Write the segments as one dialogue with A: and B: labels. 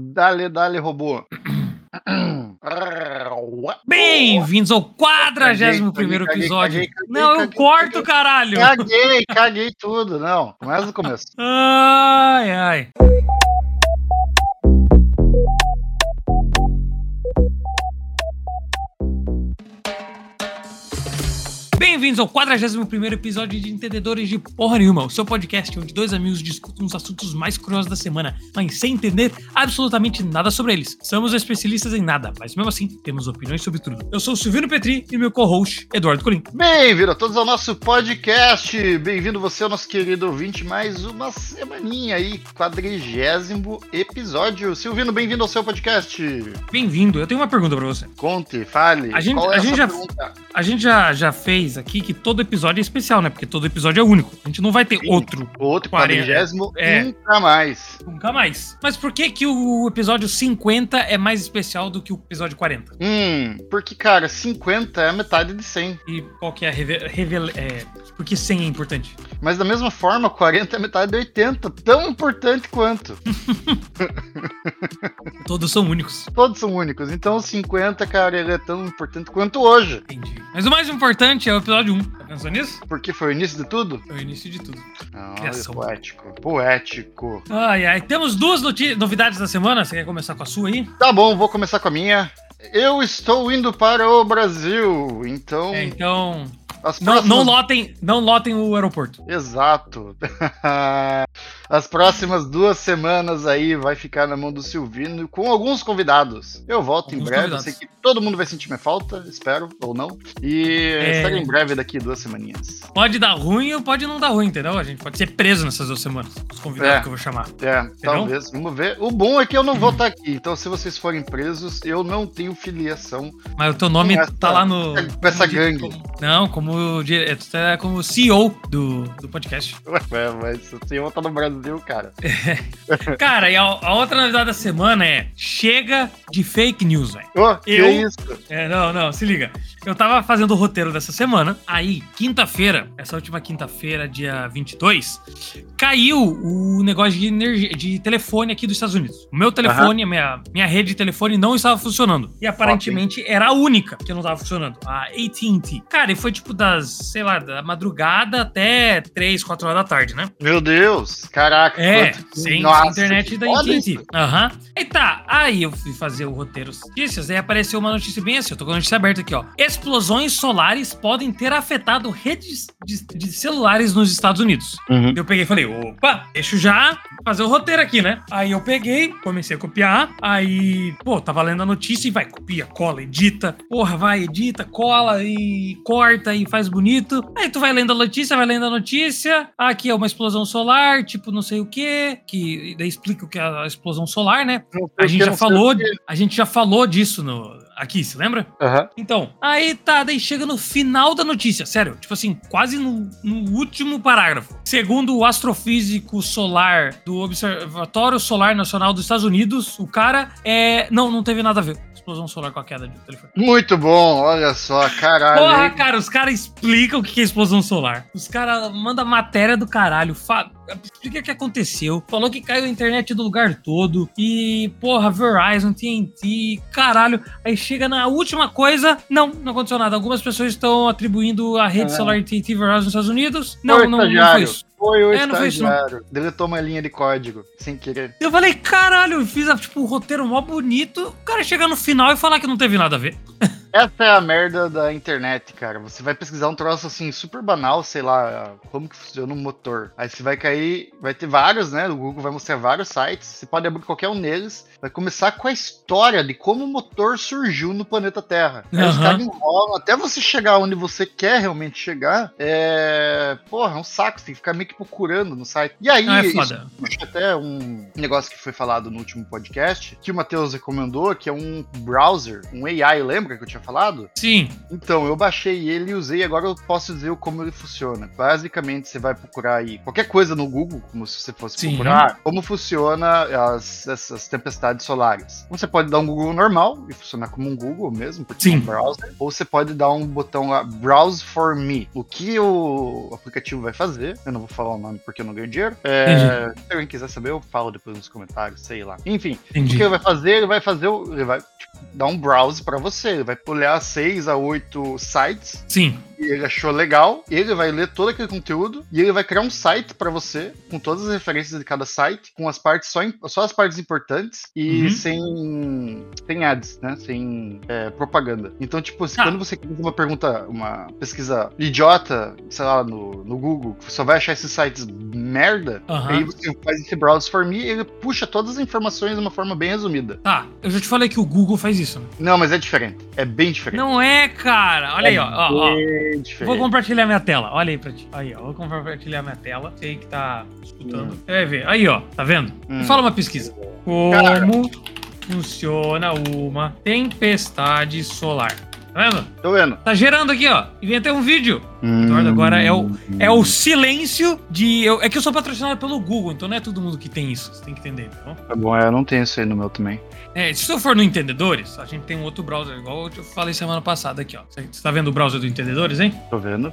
A: Dale, dale, robô.
B: Bem-vindos ao 41 primeiro
A: Caguei,
B: episódio.
A: caguei, caguei,
B: Não, eu
A: caguei,
B: corto, caralho.
A: É Caguei, caguei tudo, não. Começa do começo.
B: Ai, ai. Bem-vindos ao 41 episódio de Entendedores de Porra Nenhuma, o seu podcast onde dois amigos discutem os assuntos mais curiosos da semana, mas sem entender absolutamente nada sobre eles. Somos especialistas em nada, mas mesmo assim temos opiniões sobre tudo. Eu sou o Silvino Petri e meu co-host, Eduardo Colim.
A: Bem-vindo a todos ao nosso podcast. Bem-vindo você, ao nosso querido ouvinte, mais uma semaninha aí, quadrigésimo episódio. Silvino, bem-vindo ao seu podcast.
B: Bem-vindo, eu tenho uma pergunta pra você.
A: Conte, fale.
B: A gente-
A: qual é
B: a
A: sua
B: gente já-
A: pergunta?
B: A gente já, já fez aqui que todo episódio é especial, né? Porque todo episódio é único. A gente não vai ter
A: Sim.
B: outro
A: O outro
B: Quarenta.
A: quadrigésimo,
B: É.
A: nunca mais.
B: nunca mais. Mas por que que o episódio 50 é mais especial do que o episódio 40?
A: Hum, porque, cara, 50 é a metade de 100.
B: E qual que é a revela... revela- é, por que 100 é importante?
A: Mas da mesma forma, 40 é a metade de 80. Tão importante quanto.
B: Todos são únicos.
A: Todos são únicos. Então, o 50, cara, ele é tão importante quanto hoje.
B: Entendi. Mas o mais importante é o episódio 1. Tá pensando nisso?
A: Porque foi o início de tudo?
B: É o início de tudo.
A: Não,
B: Criação.
A: poético. Poético.
B: Ai, ai. Temos duas noti- novidades da semana. Você quer começar com a sua aí?
A: Tá bom, vou começar com a minha. Eu estou indo para o Brasil, então
B: É, então...
A: as
B: Não,
A: próximas...
B: não, lotem, não lotem o aeroporto.
A: Exato. As próximas duas semanas aí vai ficar na mão do Silvino com alguns convidados. Eu volto em
B: Alguns
A: breve, eu
B: convidados.
A: sei que todo mundo vai sentir minha falta, espero, ou não. E
B: É.
A: estarei em breve daqui duas semaninhas.
B: Pode dar ruim ou pode não dar ruim, entendeu? A gente pode ser preso nessas duas semanas. Os convidados
A: É.
B: que eu vou chamar.
A: É, talvez, vamos ver. O bom é que eu não vou estar aqui, então se vocês forem presos, eu não tenho filiação
B: Mas o teu nome
A: Com essa-
B: tá lá no.
A: com essa
B: como
A: gangue.
B: como- não, como, dire- é, tu tá como CEO do, do podcast.
A: Ué, mas o senhor tá no Brasil, cara.
B: Cara, e a, a outra novidade da semana é: chega de fake news, velho.
A: Ô, que
B: Eu?
A: isso?
B: É, não, não, se liga. Eu tava fazendo o roteiro dessa semana, aí, quinta-feira, essa última quinta-feira, dia 22, caiu o negócio de, energia, de telefone aqui dos Estados Unidos. O meu telefone, a minha, minha rede de telefone não estava funcionando. E aparentemente era a única que não estava funcionando, a AT&T. Cara, e foi tipo das, sei lá, da madrugada até 3, 4 horas da tarde, né?
A: Meu Deus, caraca.
B: É,
A: quanto-
B: sem
A: Nossa, que
B: internet da
A: foda
B: AT&T.
A: isso.
B: Aham. E tá, aí eu fui fazer o roteiro das notícias, aí apareceu uma notícia bem assim, eu tô com a notícia aberta aqui, ó. Explosões solares podem ter afetado redes de, de celulares nos Estados Unidos.
A: Uhum.
B: Eu peguei e falei, opa, deixa eu já fazer o roteiro aqui, né? Aí eu peguei, comecei a copiar, aí, pô, tava lendo a notícia e vai, copia, cola, edita, porra, vai, edita, cola e corta e faz bonito. Aí tu vai lendo a notícia, vai lendo a notícia, ah, aqui é uma explosão solar, tipo não sei o quê, que daí explica o que é a explosão solar, né?
A: Não sei
B: A
A: o
B: gente
A: que,
B: já
A: não sei
B: falou,
A: o que.
B: a gente já falou disso no aqui, se lembra?
A: Aham.
B: Então, aí tá, daí chega no final da notícia, sério, tipo assim, quase no, no último parágrafo. Segundo o astrofísico solar do Observatório Solar Nacional dos Estados Unidos, o cara é. Não, não teve nada a ver. Explosão solar com a queda de telefone.
A: Muito bom, olha só, caralho.
B: Porra,
A: hein?
B: cara, os caras explicam o que é explosão solar. Os caras mandam matéria do caralho, fa- explica o que aconteceu. Falou que caiu a internet do lugar todo. E, porra, Verizon, TNT, caralho. Aí chega na última coisa, não, não aconteceu nada. Algumas pessoas estão atribuindo a rede
A: Ah.
B: solar TNT e Verizon nos Estados Unidos. Não,
A: Foi o
B: não, não foi
A: estagiário.
B: isso.
A: Foi o
B: É, não foi isso, não.
A: estagiário. Deletou uma linha de código, sem querer.
B: Eu falei, caralho, eu fiz, tipo, um roteiro mó bonito. O cara chegar no final e falar que não teve nada a ver.
A: Essa é a merda da internet, cara. Você vai pesquisar um troço assim super banal, sei lá, como que funciona um motor. Aí você vai cair, vai ter vários, né? O Google vai mostrar vários sites. Você pode abrir qualquer um deles. Vai começar com a história de como o motor surgiu no planeta Terra. Aí os
B: Aham.
A: caras enrolam até você chegar onde você quer realmente chegar. É. Porra, é um saco. Você tem que ficar meio que procurando no site. E aí,
B: Não é
A: isso
B: foda.
A: Puxa até um negócio que foi falado no último podcast, que o Matheus recomendou, que é um browser, um AI, lembra que eu tinha tinha falado?
B: Sim.
A: Então, eu baixei ele e usei, agora eu posso dizer como ele funciona. Basicamente, você vai procurar aí qualquer coisa no Google, como se você fosse
B: Sim.
A: procurar, como funciona as, essas tempestades solares. Ou Você pode dar um Google normal e funcionar como um Google mesmo, porque é
B: Sim.
A: um browser, ou você pode dar um botão lá, Browse for Me. O que o aplicativo vai fazer, eu não vou falar o nome porque eu não ganho dinheiro. É, se alguém quiser saber, eu falo depois nos comentários, sei lá. Enfim, o
B: Entendi.
A: que ele vai fazer? Ele vai fazer, o- ele vai tipo, dar um browse pra você, ele vai olhar 6 a 8 sites
B: Sim.
A: que ele achou legal, ele vai ler todo aquele conteúdo e ele vai criar um site pra você com todas as referências de cada site, com as partes só, im- só as partes importantes e
B: Uhum.
A: sem sem ads, né? Sem é, propaganda. Então, tipo, se
B: Ah.
A: quando você faz uma pergunta, uma pesquisa idiota, sei lá, no, no Google, que só vai achar esses sites merda,
B: Aham.
A: aí você faz esse browse for me e ele puxa todas as informações de uma forma bem resumida.
B: Tá, eu já te falei que o Google faz isso. né?
A: Não, mas é diferente. É bem diferente.
B: Não é, cara. Olha aí, ó. ó, ó.
A: É
B: Vou
A: diferente.
B: compartilhar minha tela. Olha aí pra ti. Aí, ó. Vou compartilhar minha tela. Sei que tá escutando. Você vai ver. Aí, ó. Tá vendo?
A: Hum.
B: Fala uma pesquisa.
A: Cara.
B: Como funciona uma tempestade solar? Tá vendo?
A: Tô vendo.
B: Tá gerando aqui, ó. E vem até um vídeo. Eduardo agora é o-
A: Hum,
B: É o silêncio de. eu- é que eu sou patrocinado pelo Google, então não é todo mundo que tem isso. Você tem que entender, tá bom?
A: Tá bom, eu não tenho isso aí no meu também.
B: É, se eu for no Entendedores, a gente tem um outro browser, igual eu falei semana passada aqui, ó. Você você tá vendo o browser do Entendedores, hein?
A: Tô vendo.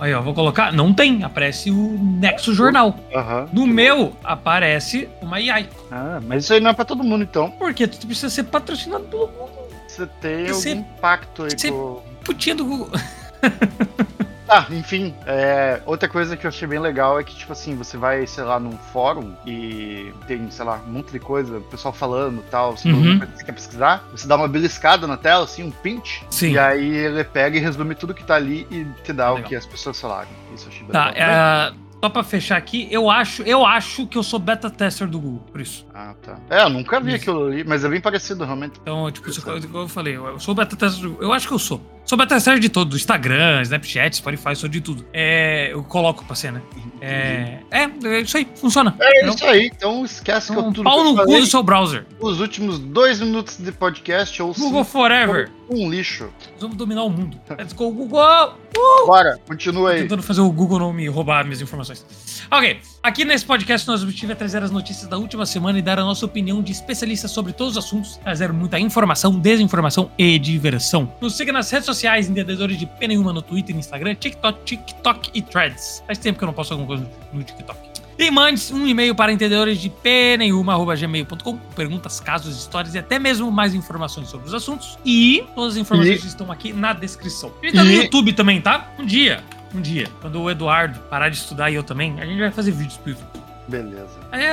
B: Aí, ó, vou colocar. Não tem, aparece o Nexo Jornal.
A: Aham.
B: No meu, aparece uma AI.
A: Ah, mas isso aí não é pra todo mundo, então.
B: Porque tu precisa ser patrocinado pelo Google.
A: Você tem
B: Esse-
A: algum impacto aí
B: esse-
A: com...
B: Putinha do Google.
A: Tá, enfim. é, outra coisa que eu achei bem legal é que, tipo assim, você vai, sei lá, num fórum e tem, sei lá, um monte de coisa, o pessoal falando e tal, você,
B: Uhum.
A: pergunta o que você quer pesquisar, você dá uma beliscada na tela, assim, um pinch,
B: Sim.
A: e aí ele pega e resume tudo que tá ali e te dá o
B: Legal.
A: que as pessoas falaram. Isso eu achei bem
B: Tá,
A: legal.
B: é, só pra fechar aqui, eu acho, eu acho que eu sou beta tester do Google, por isso.
A: Ah, tá. É, eu nunca vi
B: Isso.
A: aquilo ali, mas é bem parecido, realmente.
B: Então, tipo, se- igual eu falei, eu sou beta tester, do- eu acho que eu sou. Sou beta tester de todo, do Instagram, Snapchat, Spotify, sou de tudo. É, eu coloco pra ser, né? É, é, é isso aí, funciona.
A: É
B: Então,
A: isso aí, então esquece que eu
B: um
A: tudo
B: pau
A: que eu
B: no cu
A: falei,
B: do seu browser.
A: os últimos dois minutos de podcast ou
B: Google
A: cinco,
B: Forever.
A: um lixo.
B: Nós vamos dominar o mundo.
A: Tá.
B: Let's go, Google!
A: Bora, continua aí.
B: Tentando fazer o Google não me roubar minhas informações. Ok, aqui nesse podcast nós objetivos é trazer as notícias da última semana e dar a nossa opinião de especialistas sobre todos os assuntos, trazer muita informação, desinformação e diversão. Nos siga nas redes sociais, entendedores de pena nenhuma no Twitter, Instagram, TikTok, TikTok e Threads. Faz tempo que eu não posto alguma coisa no TikTok. E mande um e-mail para entendedores de pnenhuma.gmail.com, perguntas, casos, histórias e até mesmo mais informações sobre os assuntos. E todas as informações estão aqui na descrição. E tá no
A: E-
B: YouTube também, tá? Um dia, um dia, quando o Eduardo parar de estudar e eu também, a gente vai fazer vídeos pro YouTube.
A: Beleza,
B: É,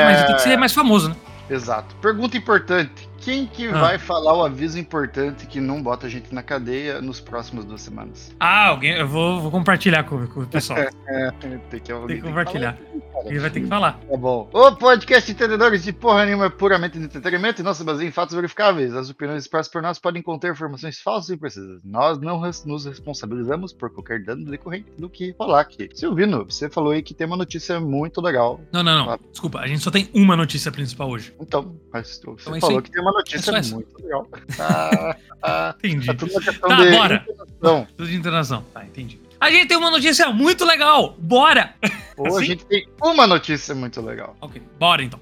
A: É.
B: mas tem que ser mais famoso, né?
A: exato. Pergunta importante. Quem que
B: Ah.
A: vai falar o aviso importante que não bota a gente na cadeia nos próximos duas semanas?
B: Ah, alguém, eu vou, vou compartilhar com, com o pessoal.
A: É, tem que, alguém tem que
B: Tem que compartilhar.
A: falar,
B: Ele
A: cara.
B: vai ter que falar.
A: Tá bom. O podcast Entendedores de Porra Nenhuma é puramente de entretenimento e não se baseia em fatos verificáveis. As opiniões expressas por nós podem conter informações falsas e precisas. Nós não res- nos responsabilizamos por qualquer dano decorrente do que rolar aqui. Silvino, você falou aí que tem uma notícia muito legal.
B: Não, não,
A: Ah.
B: não. Desculpa, a gente só tem uma notícia principal hoje.
A: Então, mas você
B: é isso
A: falou
B: aí.
A: que tem uma notícia
B: É só essa.
A: muito legal. Ah, ah,
B: Entendi.
A: tá Então, tudo uma questão
B: Tá,
A: de
B: bora.
A: informação.
B: Tudo de internação. Tá, entendi. A gente tem uma notícia muito legal. Bora!
A: Ou a
B: Assim?
A: gente tem uma notícia muito legal.
B: Ok, bora então.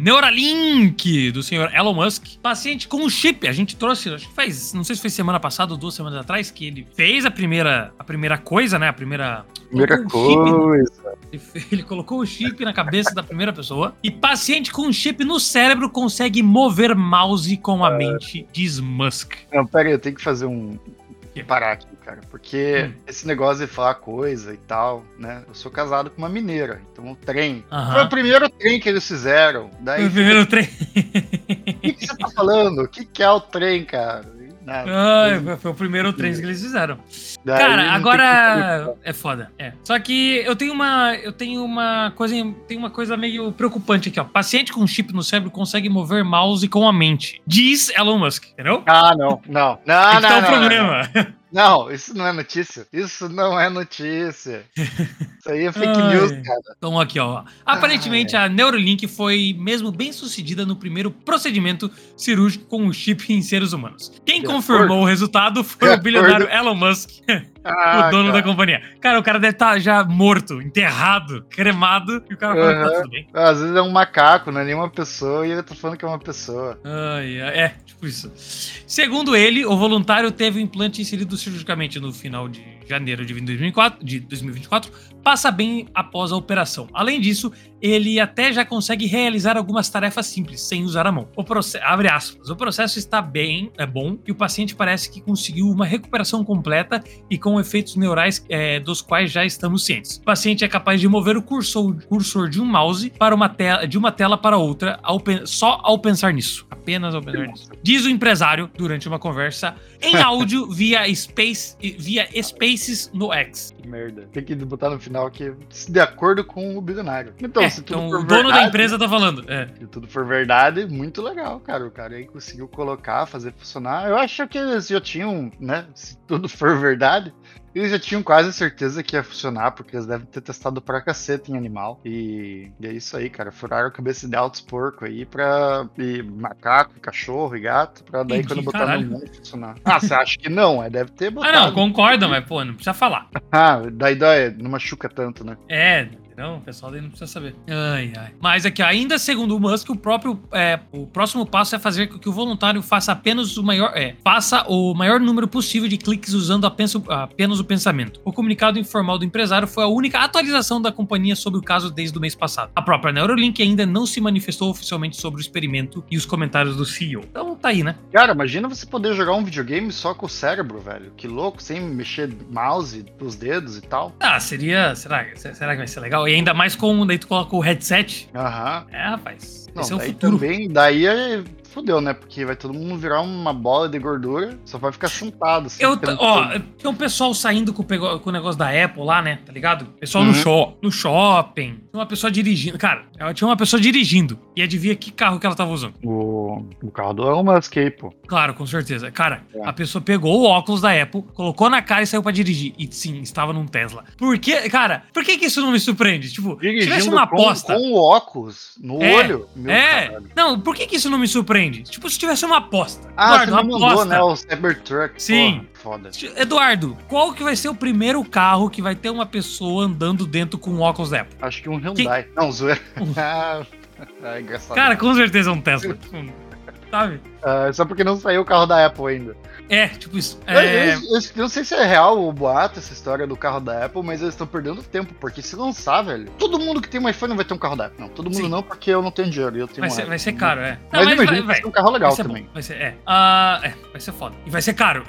B: Neuralink do senhor Elon Musk, paciente com um chip. A gente trouxe, acho que faz, não sei se foi semana passada ou duas semanas atrás, que ele fez a primeira, a primeira coisa, né? A primeira.
A: Primeira
B: colocou um chip
A: coisa.
B: ele fe- Ele colocou o chip na cabeça da primeira pessoa. E paciente com um chip no cérebro consegue mover mouse com
A: É.
B: a mente, diz Musk.
A: Não, pera aí, eu tenho que fazer um.
B: Quê?
A: Parar aqui, cara. Porque
B: Hum.
A: esse negócio de falar coisa e tal, né? Eu sou casado com uma mineira, então o trem.
B: Aham.
A: Foi o primeiro trem que eles fizeram.
B: Foi
A: Daí,
B: o
A: o
B: primeiro trem.
A: que, que você tá falando? O que, que é o trem, cara? Nada.
B: Ai, foi- foi o primeiro trem que eles fizeram.
A: Daí não tem
B: Cara,
A: que-
B: agora é foda. É. Só que eu tenho uma, eu tenho uma coisa, tem uma coisa meio preocupante aqui, ó. Paciente com chip no cérebro consegue mover mouse com a mente, diz Elon Musk, entendeu?
A: Ah, não, não. Não,
B: Aí que
A: não,
B: tá o
A: não, não,
B: problema.
A: Não, isso não é notícia. Isso não é notícia. Isso aí é fake
B: Ai.
A: news, cara.
B: Então aqui, ó. Aparentemente
A: Ah,
B: a Neuralink foi mesmo bem sucedida no primeiro procedimento cirúrgico com o chip em seres humanos. Quem
A: De
B: confirmou
A: acordo.
B: o resultado foi
A: De Ah,
B: o bilionário Elon Musk, o dono da companhia. Cara, o cara deve estar já morto, enterrado, cremado, e o cara falou, tá
A: Aham.
B: tudo bem.
A: Às vezes é um macaco, não é nenhuma pessoa, e ele tá falando que é uma pessoa.
B: Ai, ai, é, tipo isso. Segundo ele, o voluntário teve o implante inserido cirurgicamente no final de janeiro de 2024, de 2024, passa bem após a operação. Além disso, ele até já consegue realizar algumas tarefas simples, sem usar a mão. O processo, abre aspas, o processo está bem, é bom, e o paciente parece que conseguiu uma recuperação completa e com efeitos neurais é, dos quais já estamos cientes. O paciente é capaz de mover o cursor, cursor de um mouse para uma tela, de uma tela para outra ao pen- só ao pensar nisso. Apenas ao pensar nisso. Diz o empresário durante uma conversa em áudio via, space, via Spaces no X.
A: Que merda. Tem que botar no final que se de acordo com o bilionário. Então,
B: É,
A: se tudo
B: então
A: for
B: o dono da
A: verdade-
B: empresa tá falando. É.
A: Se tudo for verdade, muito legal, cara. O cara aí conseguiu colocar, fazer funcionar. Eu acho que eles já tinham, né? Se tudo for verdade, eles já tinham quase certeza que ia funcionar, porque eles devem ter testado pra caceta em animal. E, e é isso aí, cara. Furaram a cabeça de altos porcos aí pra. E macaco, cachorro e gato, pra daí
B: Entendi,
A: quando botar
B: caralho.
A: no mundo funcionar. Ah, você acha que não? É, deve ter
B: Ah,
A: botado.
B: não, concorda, mas pô, não precisa falar.
A: Ah, daí dói, não machuca tanto, né?
B: É, não, o pessoal daí não precisa saber. Ai, ai. Mas aqui, ó, ainda segundo o Musk, o próprio é, o próximo passo é fazer com que o voluntário faça apenas o maior, é, faça o maior número possível de cliques usando apenas, o- apenas o pensamento. O comunicado informal do empresário foi a única atualização da companhia sobre o caso desde o mês passado. A própria Neuralink ainda não se manifestou oficialmente sobre o experimento e os comentários do CEO. Então tá aí, né?
A: Cara, imagina você poder jogar um videogame só com o cérebro, velho. Que louco, sem mexer mouse, os dedos e tal.
B: Ah, seria, será, será que vai ser legal? E ainda mais com daí tu coloca o headset.
A: Aham.
B: É, rapaz.
A: Não,
B: esse é o
A: daí
B: futuro.
A: também, daí é fudeu, né? Porque vai todo mundo virar uma bola de gordura, só vai ficar sentado. assim,
B: Eu,
A: ficando todo-
B: ó, tem um pessoal saindo com o, pego- com o negócio da Apple lá, né? Tá ligado? Pessoal no,
A: Uhum.
B: shop, no shopping. Tinha uma pessoa dirigindo. Cara, ela tinha uma pessoa dirigindo. E adivinha que carro que ela tava usando?
A: o, o carro do Elon Musk aí, pô.
B: Claro, com certeza. Cara,
A: É.
B: a pessoa pegou o óculos da Apple, colocou na cara e saiu pra dirigir. E sim, estava num Tesla. Por que, cara, por que, que isso não me surpreende? Tipo, tivesse
A: Dirigindo
B: uma
A: com- um
B: aposta.
A: com o óculos no
B: É,
A: olho. Meu
B: É,
A: caralho.
B: não, por que, que isso não me surpreende? Tipo, se tivesse uma aposta.
A: Ah,
B: Eduardo,
A: você me mandou, né? O Cybertruck.
B: Sim.
A: porra, foda.
B: Eduardo, qual que vai ser o primeiro carro que vai ter uma pessoa andando dentro com o óculos da Apple?
A: Acho que um Hyundai. Não, zoeira.
B: Um-
A: Ah, é engraçado.
B: Cara, com certeza é um Tesla. Sabe?
A: Ah, só porque não saiu o carro da Apple ainda.
B: É, tipo isso.
A: Eu-
B: É,
A: Eu, eu não sei se é real o boato, essa história do carro da Apple, mas eles estão perdendo tempo, porque se lançar, velho, todo mundo que tem um iPhone vai ter um carro da Apple. Não, todo mundo
B: Sim.
A: não, porque eu não tenho dinheiro. e Eu tenho
B: vai,
A: um
B: ser, vai
A: iPhone.
B: ser caro, é. Não,
A: Mas, imagina
B: vai,
A: que
B: vai,
A: vai ser um carro legal
B: vai ser bom,
A: também.
B: Vai ser, é. Ah, é, vai ser foda. E vai ser caro.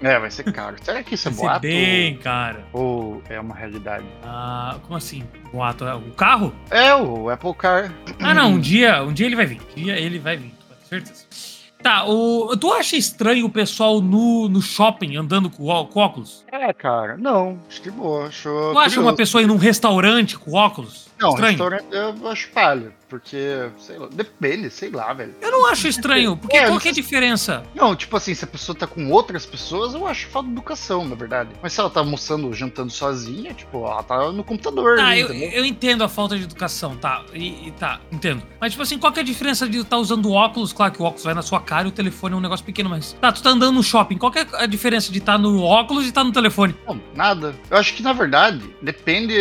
A: É, vai ser caro. Será que isso é
B: Vai ser
A: boato?
B: bem caro.
A: Ou é uma realidade?
B: Ah, como assim? O ato é o carro?
A: É, o Apple Car.
B: Ah, não. Um dia, um dia ele vai vir. Um dia ele vai vir, com certeza. Tá, o, tu acha estranho o pessoal no, no shopping andando com, ó- com óculos?
A: É, cara. Não, acho que boa. Acho
B: Tu acha uma pessoa ir num restaurante com óculos?
A: Não,
B: estranho?
A: restaurante eu acho palha, porque, sei lá, depende, sei lá, velho.
B: Eu não acho estranho, porque
A: É,
B: qual
A: não
B: que é a diferença?
A: Não, tipo assim, se a pessoa tá com outras pessoas, eu acho falta de educação, na verdade. Mas se ela tá almoçando, jantando sozinha, tipo, ela tá no computador.
B: Tá,
A: ali,
B: eu,
A: entendeu?
B: eu entendo a falta de educação, tá? E, e tá, entendo. Mas, tipo assim, qual que é a diferença de estar usando óculos? Claro que o óculos vai na sua cara e o telefone é um negócio pequeno, mas. Tá, tu tá andando no shopping. Qual que é a diferença de estar no óculos e estar no telefone?
A: Não, nada. Eu acho que, na verdade, depende...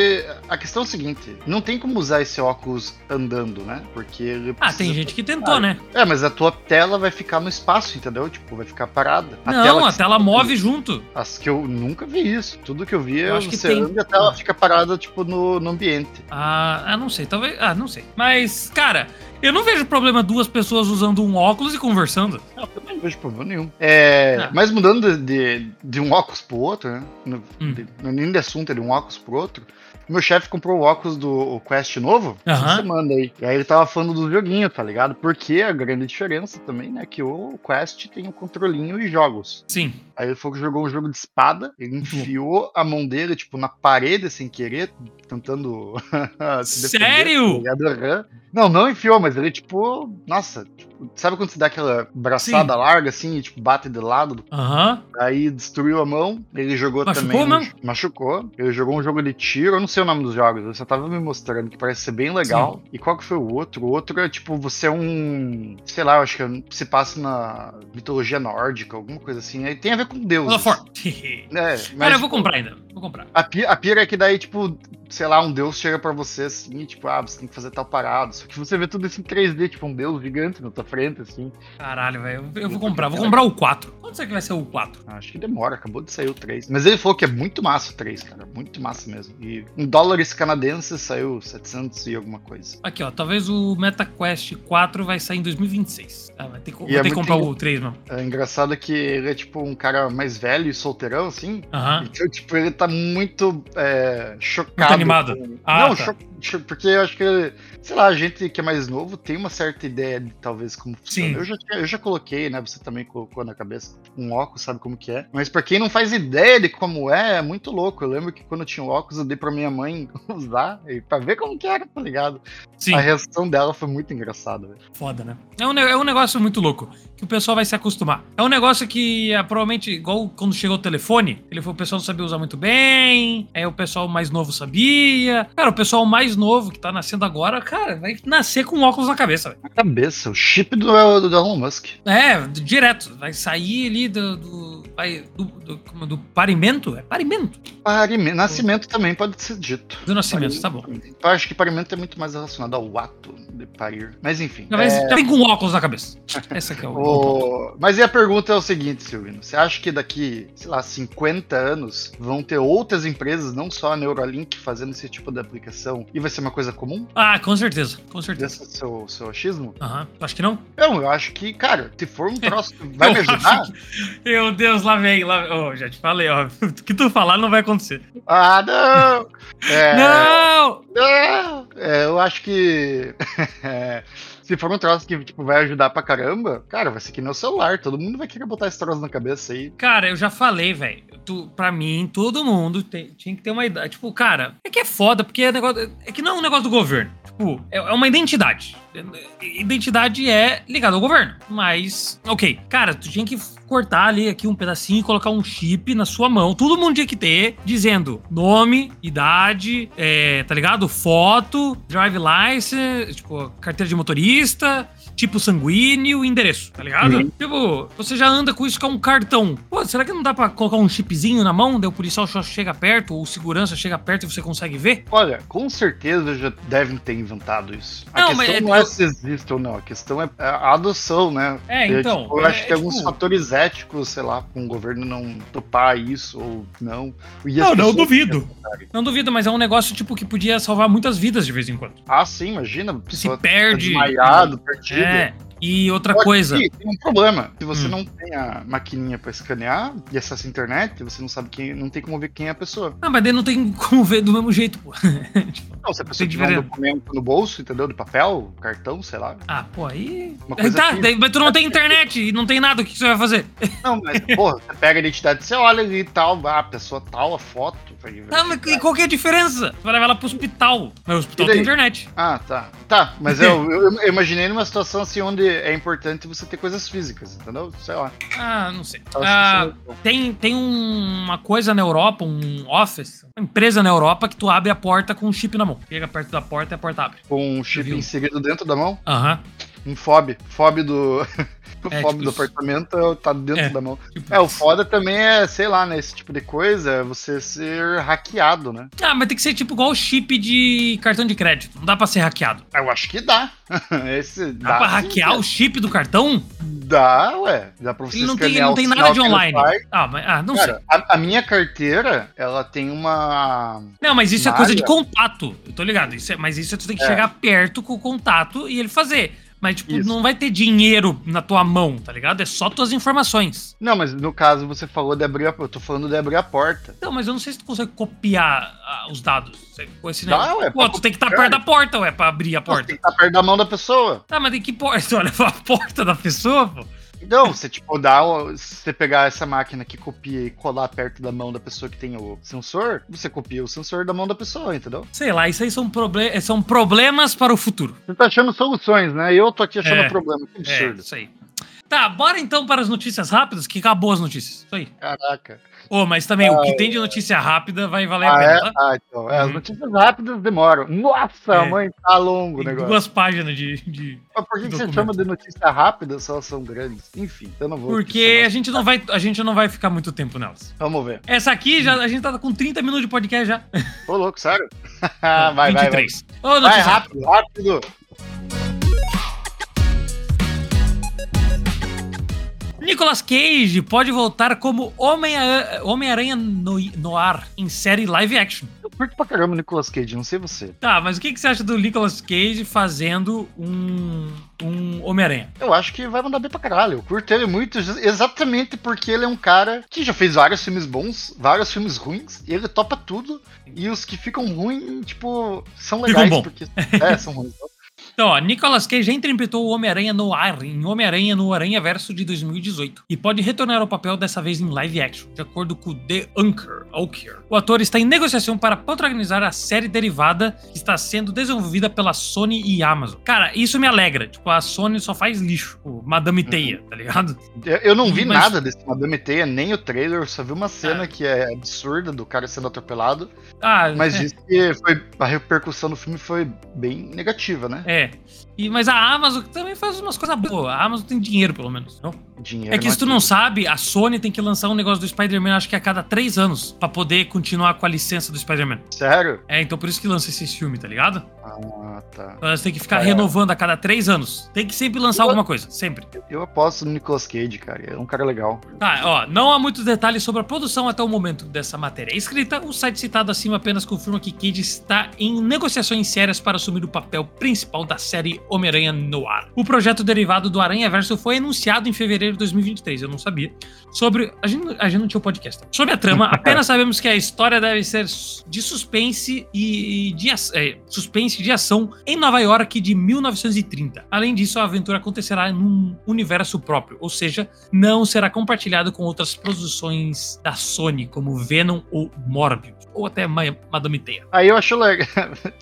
A: A questão é a seguinte, não tem como usar esse óculos andando, né? Porque ele
B: Ah,
A: precisa-
B: tem gente que tentou, né?
A: É, mas a tua tela vai ficar no espaço, entendeu? Tipo, vai ficar parada.
B: não, a
A: que-
B: tela move junto.
A: As que eu nunca vi isso. Tudo que eu vi é
B: Eu acho que
A: você
B: tem.
A: anda e a tela fica parada, tipo, no, no ambiente.
B: Ah, ah, não sei, talvez. Ah, não sei. Mas, cara, eu não vejo problema duas pessoas usando um óculos e conversando.
A: Não, também não vejo problema nenhum. É,
B: Ah.
A: Mas mudando de, de, de um óculos pro outro, né? No,
B: Hum.
A: de- no- nem de assunto, é de um óculos pro outro. Meu chefe comprou o óculos do o Quest novo essa
B: Aham.
A: semana aí. E aí ele tava falando do joguinho, tá ligado? Porque a grande diferença também, né? Que o Quest tem o controlinho e jogos.
B: Sim.
A: Aí ele falou que jogou um jogo de espada,
B: Uhum.
A: ele enfiou a mão dele, tipo, na parede sem querer, tentando se defender,
B: Sério?
A: tá ligado? Aham. Não, não enfiou, mas ele, tipo, nossa, tipo, sabe quando você dá aquela braçada
B: Sim.
A: larga assim e tipo, bate de lado?
B: Aham.
A: Aí destruiu a mão, ele jogou
B: Machucou,
A: também.
B: né?
A: Machucou. Ele jogou um jogo de tiro, eu não sei o nome dos jogos, você tava me mostrando que parece ser bem legal. E qual que foi o outro? O outro é tipo, você é um. Sei lá, eu acho que se passa na mitologia nórdica, alguma coisa assim. Aí tem a ver com Deus.
B: God of War.
A: É, mas,
B: Cara, eu vou comprar ainda. Vou comprar.
A: a pi- a pira é que daí, tipo, sei lá, um deus chega pra você assim, tipo, ah, você tem que fazer tal parada. Só que você vê tudo isso em 3D, tipo, um deus gigante na tua frente, assim.
B: Caralho, velho. Eu, eu vou comprar. Vou comprar o 4. Quando será que vai ser o 4?
A: Ah, Acho que demora, acabou de sair o 3. Mas ele falou que é muito massa o 3, cara. Muito massa mesmo. E em dólares canadenses saiu 700 e alguma coisa.
B: Aqui, ó. Talvez o MetaQuest 4 vai sair em 2026. Ah, vai ter, que-
A: é
B: vou ter que
A: muito
B: comprar
A: engra-
B: o 3, mano.
A: É engraçado que ele é, tipo, um cara mais velho e solteirão, assim.
B: Aham.
A: Então, tipo, ele tá muito é, chocado.
B: Ah. Muito animado.
A: com-
B: Ah,
A: não,
B: tá.
A: cho- cho- porque eu acho que, sei lá, a gente que é mais novo tem uma certa ideia de talvez como funciona.
B: Sim.
A: Eu já, tinha- eu já coloquei, né? Você também colocou na cabeça um óculos, sabe como que é. Mas pra quem não faz ideia de como é, é muito louco. Eu lembro que quando eu tinha o óculos, eu dei pra minha mãe usar e pra ver como que era, tá ligado?
B: Sim.
A: A reação dela foi muito engraçada, velho.
B: Foda, né? É um, ne- é um negócio muito louco, que o pessoal vai se acostumar. É um negócio que ah, provavelmente, igual quando chegou o telefone, ele foi, o pessoal não sabia usar muito bem, aí o pessoal mais novo sabia. Cara, o pessoal mais novo que tá nascendo agora, cara, vai nascer com óculos na cabeça, velho.
A: Na cabeça, o chip do, do Elon Musk.
B: É, d- direto. Vai sair ali do. do, vai- do, do- como- do parimento? É parimento
A: Parime- Nascimento também pode ser dito.
B: do nascimento, tá bom.
A: Eu acho que parimento é muito mais relacionado ao ato de parir. Mas enfim.
B: Já, vai-
A: é,
B: já vem com óculos na cabeça. Essa aqui é o. o...
A: o- Mas e a pergunta é o seguinte, Silvino. Você acha que daqui, sei lá, 50 anos vão ter outras empresas, não só a Neuralink, fazendo esse tipo de aplicação? E vai ser uma coisa comum?
B: Ah, com certeza, com certeza.
A: Desse seu, seu achismo?
B: Aham, acho que não.
A: Não, eu acho que, cara, se for um troço que vai me
B: Eu acho
A: ajudar.
B: que- Meu Deus, lá vem, lá vem. Ô, já te falei, ó. O que tu falar não vai acontecer.
A: Ah, não! É,
B: Não!
A: não! É, eu acho que. é, se for um troço que tipo, vai ajudar pra caramba, cara, vai ser que nem o celular. Todo mundo vai querer botar esse troço na cabeça aí.
B: Cara, eu já falei, velho. Tu- Pra mim, todo mundo tem- tinha que ter uma idade. Tipo, cara, é que é foda, porque é, negócio, é que não é um negócio do governo. Tipo, é, é uma identidade. Identidade é ligada ao governo. Mas, ok. Cara, tu tinha que cortar ali aqui um pedacinho e colocar um chip na sua mão. Todo mundo tinha que ter, dizendo nome, idade, é, tá ligado? Foto, drive license, tipo, carteira de motorista, tipo sanguíneo, endereço, tá ligado?
A: Uhum.
B: Tipo, você já anda com isso que é um cartão. Pô, será que não dá pra colocar um chipzinho na mão? Daí o policial só chega perto, ou o segurança chega perto e você consegue ver?
A: Olha, com certeza já devem ter inventado isso. A
B: Não,
A: questão
B: mas é-
A: não é se existe ou não, a questão é a adoção, né?
B: É, então.
A: eu, tipo, eu acho que tem alguns
B: tipo,
A: fatores éticos, sei lá, com o governo não topar isso ou não. E as
B: Não, não
A: pessoas-
B: duvido. Não duvido, mas é um negócio, tipo, que podia salvar muitas vidas de vez em quando.
A: Ah, sim, imagina, a
B: Se
A: pessoa tá
B: perde.
A: desmaiado, perdido.
B: É. E outra
A: Só que
B: coisa.
A: Tem um problema. Se você
B: Hum.
A: não tem a maquininha pra escanear e acessa a internet, você não sabe quem, não tem como ver quem é a pessoa.
B: Ah, mas daí não tem como ver do mesmo jeito, pô. Tipo,
A: Não, se a pessoa
B: Tem
A: tiver um
B: diferença.
A: documento no bolso, entendeu? De papel, cartão, sei lá.
B: ah, pô, aí.
A: Uma
B: Aí
A: coisa
B: tá,
A: assim.
B: daí, mas tu não tem internet e não tem nada, o que que você vai fazer?
A: Não, mas, porra, você pega a identidade, você olha ali e tal, ah, a pessoa tal, a foto. vai
B: Ah, mas
A: verificar.
B: e qual que é a diferença? Você vai levar ela pro hospital. Mas o hospital
A: E daí?
B: tem internet.
A: Ah, tá. Tá, mas eu, eu- eu imaginei numa situação assim onde é importante você ter coisas físicas, entendeu? Sei lá.
B: Ah, não sei.
A: Eu acho
B: Ah,
A: que isso
B: tem, tem um- uma coisa na Europa, um office, uma empresa na Europa que tu abre a porta com um chip na mão. Chega perto da porta e a porta abre.
A: é Com um chip
B: vi um.
A: inserido dentro da mão,
B: Aham.
A: um fob. Fob do. o
B: É,
A: fob
B: tipo
A: do
B: isso.
A: apartamento tá dentro
B: É.
A: da mão.
B: Tipo,
A: É, o foda também é, sei lá, né? Esse tipo de coisa, é você ser hackeado, né?
B: Ah, mas tem que ser tipo igual o chip de cartão de crédito. Não dá pra ser hackeado.
A: Ah, Eu acho que dá. Esse
B: Dá, pra hackear o chip do cartão?
A: Dá, ué. Dá pra você
B: Ele não tem,
A: escanear
B: não
A: o
B: tem
A: sinal
B: nada de
A: que ele
B: online.
A: faz.
B: Ah, mas, ah, não sei.
A: Cara, a, a minha carteira, ela tem uma.
B: Não, mas isso é coisa de
A: Nada.
B: contato. Eu tô ligado. Isso é- mas isso tu tem que
A: É.
B: chegar perto com o contato e ele fazer. Mas, tipo,
A: Isso.
B: não vai ter dinheiro na tua mão, tá ligado? É só tuas informações.
A: Não, mas no caso você falou de abrir a. Eu tô falando de abrir a porta.
B: Não, mas eu não sei se tu consegue copiar ah, os dados. Você- Com esse
A: Dá,
B: negócio.
A: ué,
B: Pô,
A: é pra
B: tu tem que estar
A: copiar.
B: perto da porta, ué, pra abrir a
A: Você tá
B: porta.
A: tem que estar perto da mão da pessoa.
B: Tá, mas tem que porta? Olha, a porta da pessoa, pô.
A: Não, você tipo dá, você pegar essa máquina que copia e colar perto da mão da pessoa que tem o sensor, você copia o sensor da mão da pessoa, entendeu?
B: Sei lá, isso aí são, proble eh, são problemas para o futuro.
A: Você tá achando soluções, né? Eu tô aqui achando
B: É.
A: problema, que absurdo.
B: É, isso aí. Tá, bora então para as notícias rápidas, que acabou as notícias. Isso aí.
A: Caraca.
B: Ô, mas também, o que tem de notícia rápida vai valer a
A: Ah,
B: pena,
A: é?
B: tá?
A: Ah, então. é, as
B: Uhum.
A: notícias rápidas demoram. Nossa,
B: É.
A: mãe, tá longo o
B: Tem
A: negócio.
B: duas páginas de. de-
A: Mas por que, que você
B: documento.
A: chama de notícia rápida se elas são grandes? Enfim, então eu não vou.
B: Porque a gente não vai, a gente não vai ficar muito tempo nelas.
A: Vamos ver.
B: Essa aqui, já, a gente tá com 30 minutos de podcast já.
A: Ô, louco, sério? Ah, vai, vai, vai. Vai,
B: 23. Ô, notícia rápida.
A: rápido, rápido.
B: Nicolas Cage pode voltar como Homem-A- Homem-Aranha no, no ar em série live action.
A: Eu curto pra caramba o Nicolas Cage, não sei você.
B: Tá, mas o que, que você acha do Nicolas Cage fazendo um, um Homem-Aranha?
A: Eu acho que vai mandar bem pra caralho. Eu curto ele muito, ex- exatamente porque ele é um cara que já fez vários filmes bons, vários filmes ruins, e ele topa tudo. E os que ficam ruins, tipo, são
B: Ficam
A: legais,
B: bom.
A: porque. É, são ruins.
B: Então, ó, Nicolas Cage já interpretou o Homem-Aranha no ar em Homem-Aranha no Aranha Verso de 2018 e pode retornar ao papel dessa vez em live action, de acordo com The Anchor. Anchor. O ator está em negociação para protagonizar a série derivada que está sendo desenvolvida pela Sony e Amazon. Cara, isso me alegra. Tipo, a Sony só faz lixo, tipo, Madame Teia, tá ligado?
A: Eu, eu não vi
B: Mas-
A: nada desse Madame Teia, nem o trailer, eu só vi uma cena que é absurda do cara sendo atropelado.
B: Ah,
A: Mas
B: é.
A: disse que foi, a repercussão do filme foi bem negativa, né?
B: É. E, mas a Amazon também faz umas coisas boas. A Amazon tem dinheiro, pelo menos. Não?
A: Dinheiro.
B: É que se tu
A: tudo.
B: não sabe, a Sony tem que lançar um negócio do Spider-Man, acho que a cada três anos, pra poder continuar com a licença do Spider-Man.
A: Sério?
B: É, então por isso que lança esse filme, tá ligado?
A: Ah, tá.
B: Então elas têm que ficar
A: É.
B: renovando a cada três anos. Tem que sempre lançar alguma coisa, sempre.
A: Eu aposto no Nicolas Cage, cara. É um cara legal.
B: Tá, ó, não há muitos detalhes sobre a produção até o momento dessa matéria escrita. O site citado acima apenas confirma que Cage está em negociações sérias para assumir o papel principal da série Homem-Aranha Noir. O projeto derivado do Aranha Verso foi anunciado em fevereiro de 2023, eu não sabia. Sobre. A gente, a gente não tinha o podcast. Sobre a trama, apenas sabemos que a história deve ser de suspense e de, ac- é, suspense de ação em Nova York de 1930. Além disso, a aventura acontecerá num universo próprio, ou seja, não será compartilhado com outras produções da Sony, como Venom ou Morbius, ou até Ma Madame Teia.
A: Aí eu acho legal.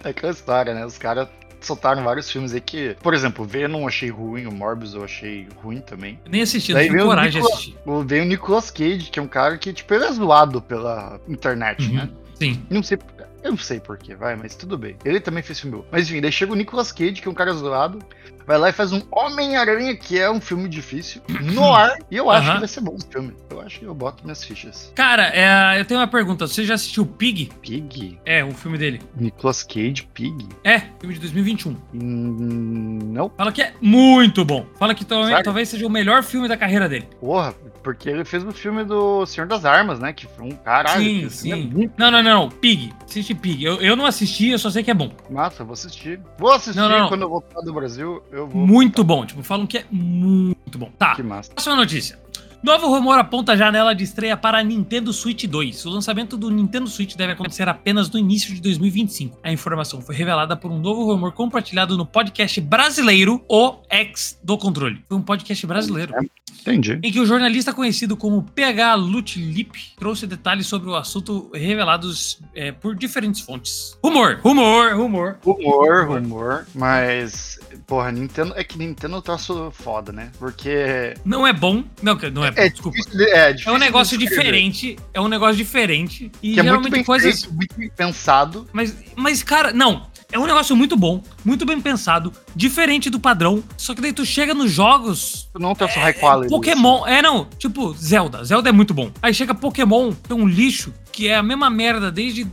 A: é aquela história, né? Os caras soltaram vários filmes aí que. Por exemplo, Venom eu achei ruim, o Morbius eu achei ruim também.
B: Nem assisti, não
A: Daí
B: tive
A: vem o
B: coragem de
A: Nicolas-
B: assistir.
A: Eu odeio o Nicolas Cage, que é um cara que, tipo, ele é zoado pela internet, né?
B: Uhum. Sim.
A: Não sei. Eu não sei porquê, vai, mas tudo bem. Ele também fez filme bom. Mas enfim, daí chega o Nicolas Cage, que é um cara zoado, vai lá e faz um Homem-Aranha, que é um filme difícil, no ar, e eu acho
B: Aham.
A: que vai ser bom esse filme. Eu acho que eu boto minhas fichas.
B: Cara, é, eu tenho uma pergunta. Você já assistiu Pig?
A: Pig?
B: É, o filme dele.
A: Nicolas Cage, Pig?
B: É, filme de 2021.
A: Hum, não,
B: Fala que é muito bom. Fala que talvez,
A: Sério?
B: talvez seja o melhor filme da carreira dele.
A: porra, porque ele fez o filme do Senhor das Armas, né? Que foi um caralho.
B: sim,
A: esse filme
B: sim.
A: É muito
B: Não, não, não. Pig. Assiste Pig. Eu, eu não assisti, eu só sei que é bom.
A: massa, eu vou assistir. Vou assistir
B: Não, não, não.
A: quando eu voltar do Brasil. Eu vou.
B: Muito bom. Tipo, falam que é muito bom. Tá.
A: Que massa.
B: Próxima notícia. Novo rumor aponta a janela de estreia para a Nintendo Switch 2. O lançamento do Nintendo Switch deve acontecer apenas no início de 2025. A informação foi revelada por um novo rumor compartilhado no podcast brasileiro O X do Controle. Foi um podcast brasileiro
A: É. Entendi.
B: em que o jornalista conhecido como PH Lutlip trouxe detalhes sobre o assunto revelados eh, por diferentes fontes. Rumor, rumor, rumor.
A: Humor, humor, mas, porra, Nintendo. É que Nintendo é um troço foda, né? Porque.
B: Não é bom. Não, que- não é bom,
A: É
B: desculpa.
A: difícil de- é,
B: É
A: difícil
B: um negócio
A: de escrever,
B: diferente, é um negócio diferente e
A: Que é muito
B: geralmente
A: bem
B: coisas
A: feito, muito bem pensado.
B: Mas, mas, cara, não. É um negócio muito bom, muito bem pensado, diferente do padrão. Só que daí tu chega nos jogos.
A: Não é um troço high quality. assim.
B: Pokémon. É, não. Tipo, Zelda. Zelda é muito bom. Aí chega Pokémon, que é um lixo, que é a mesma merda desde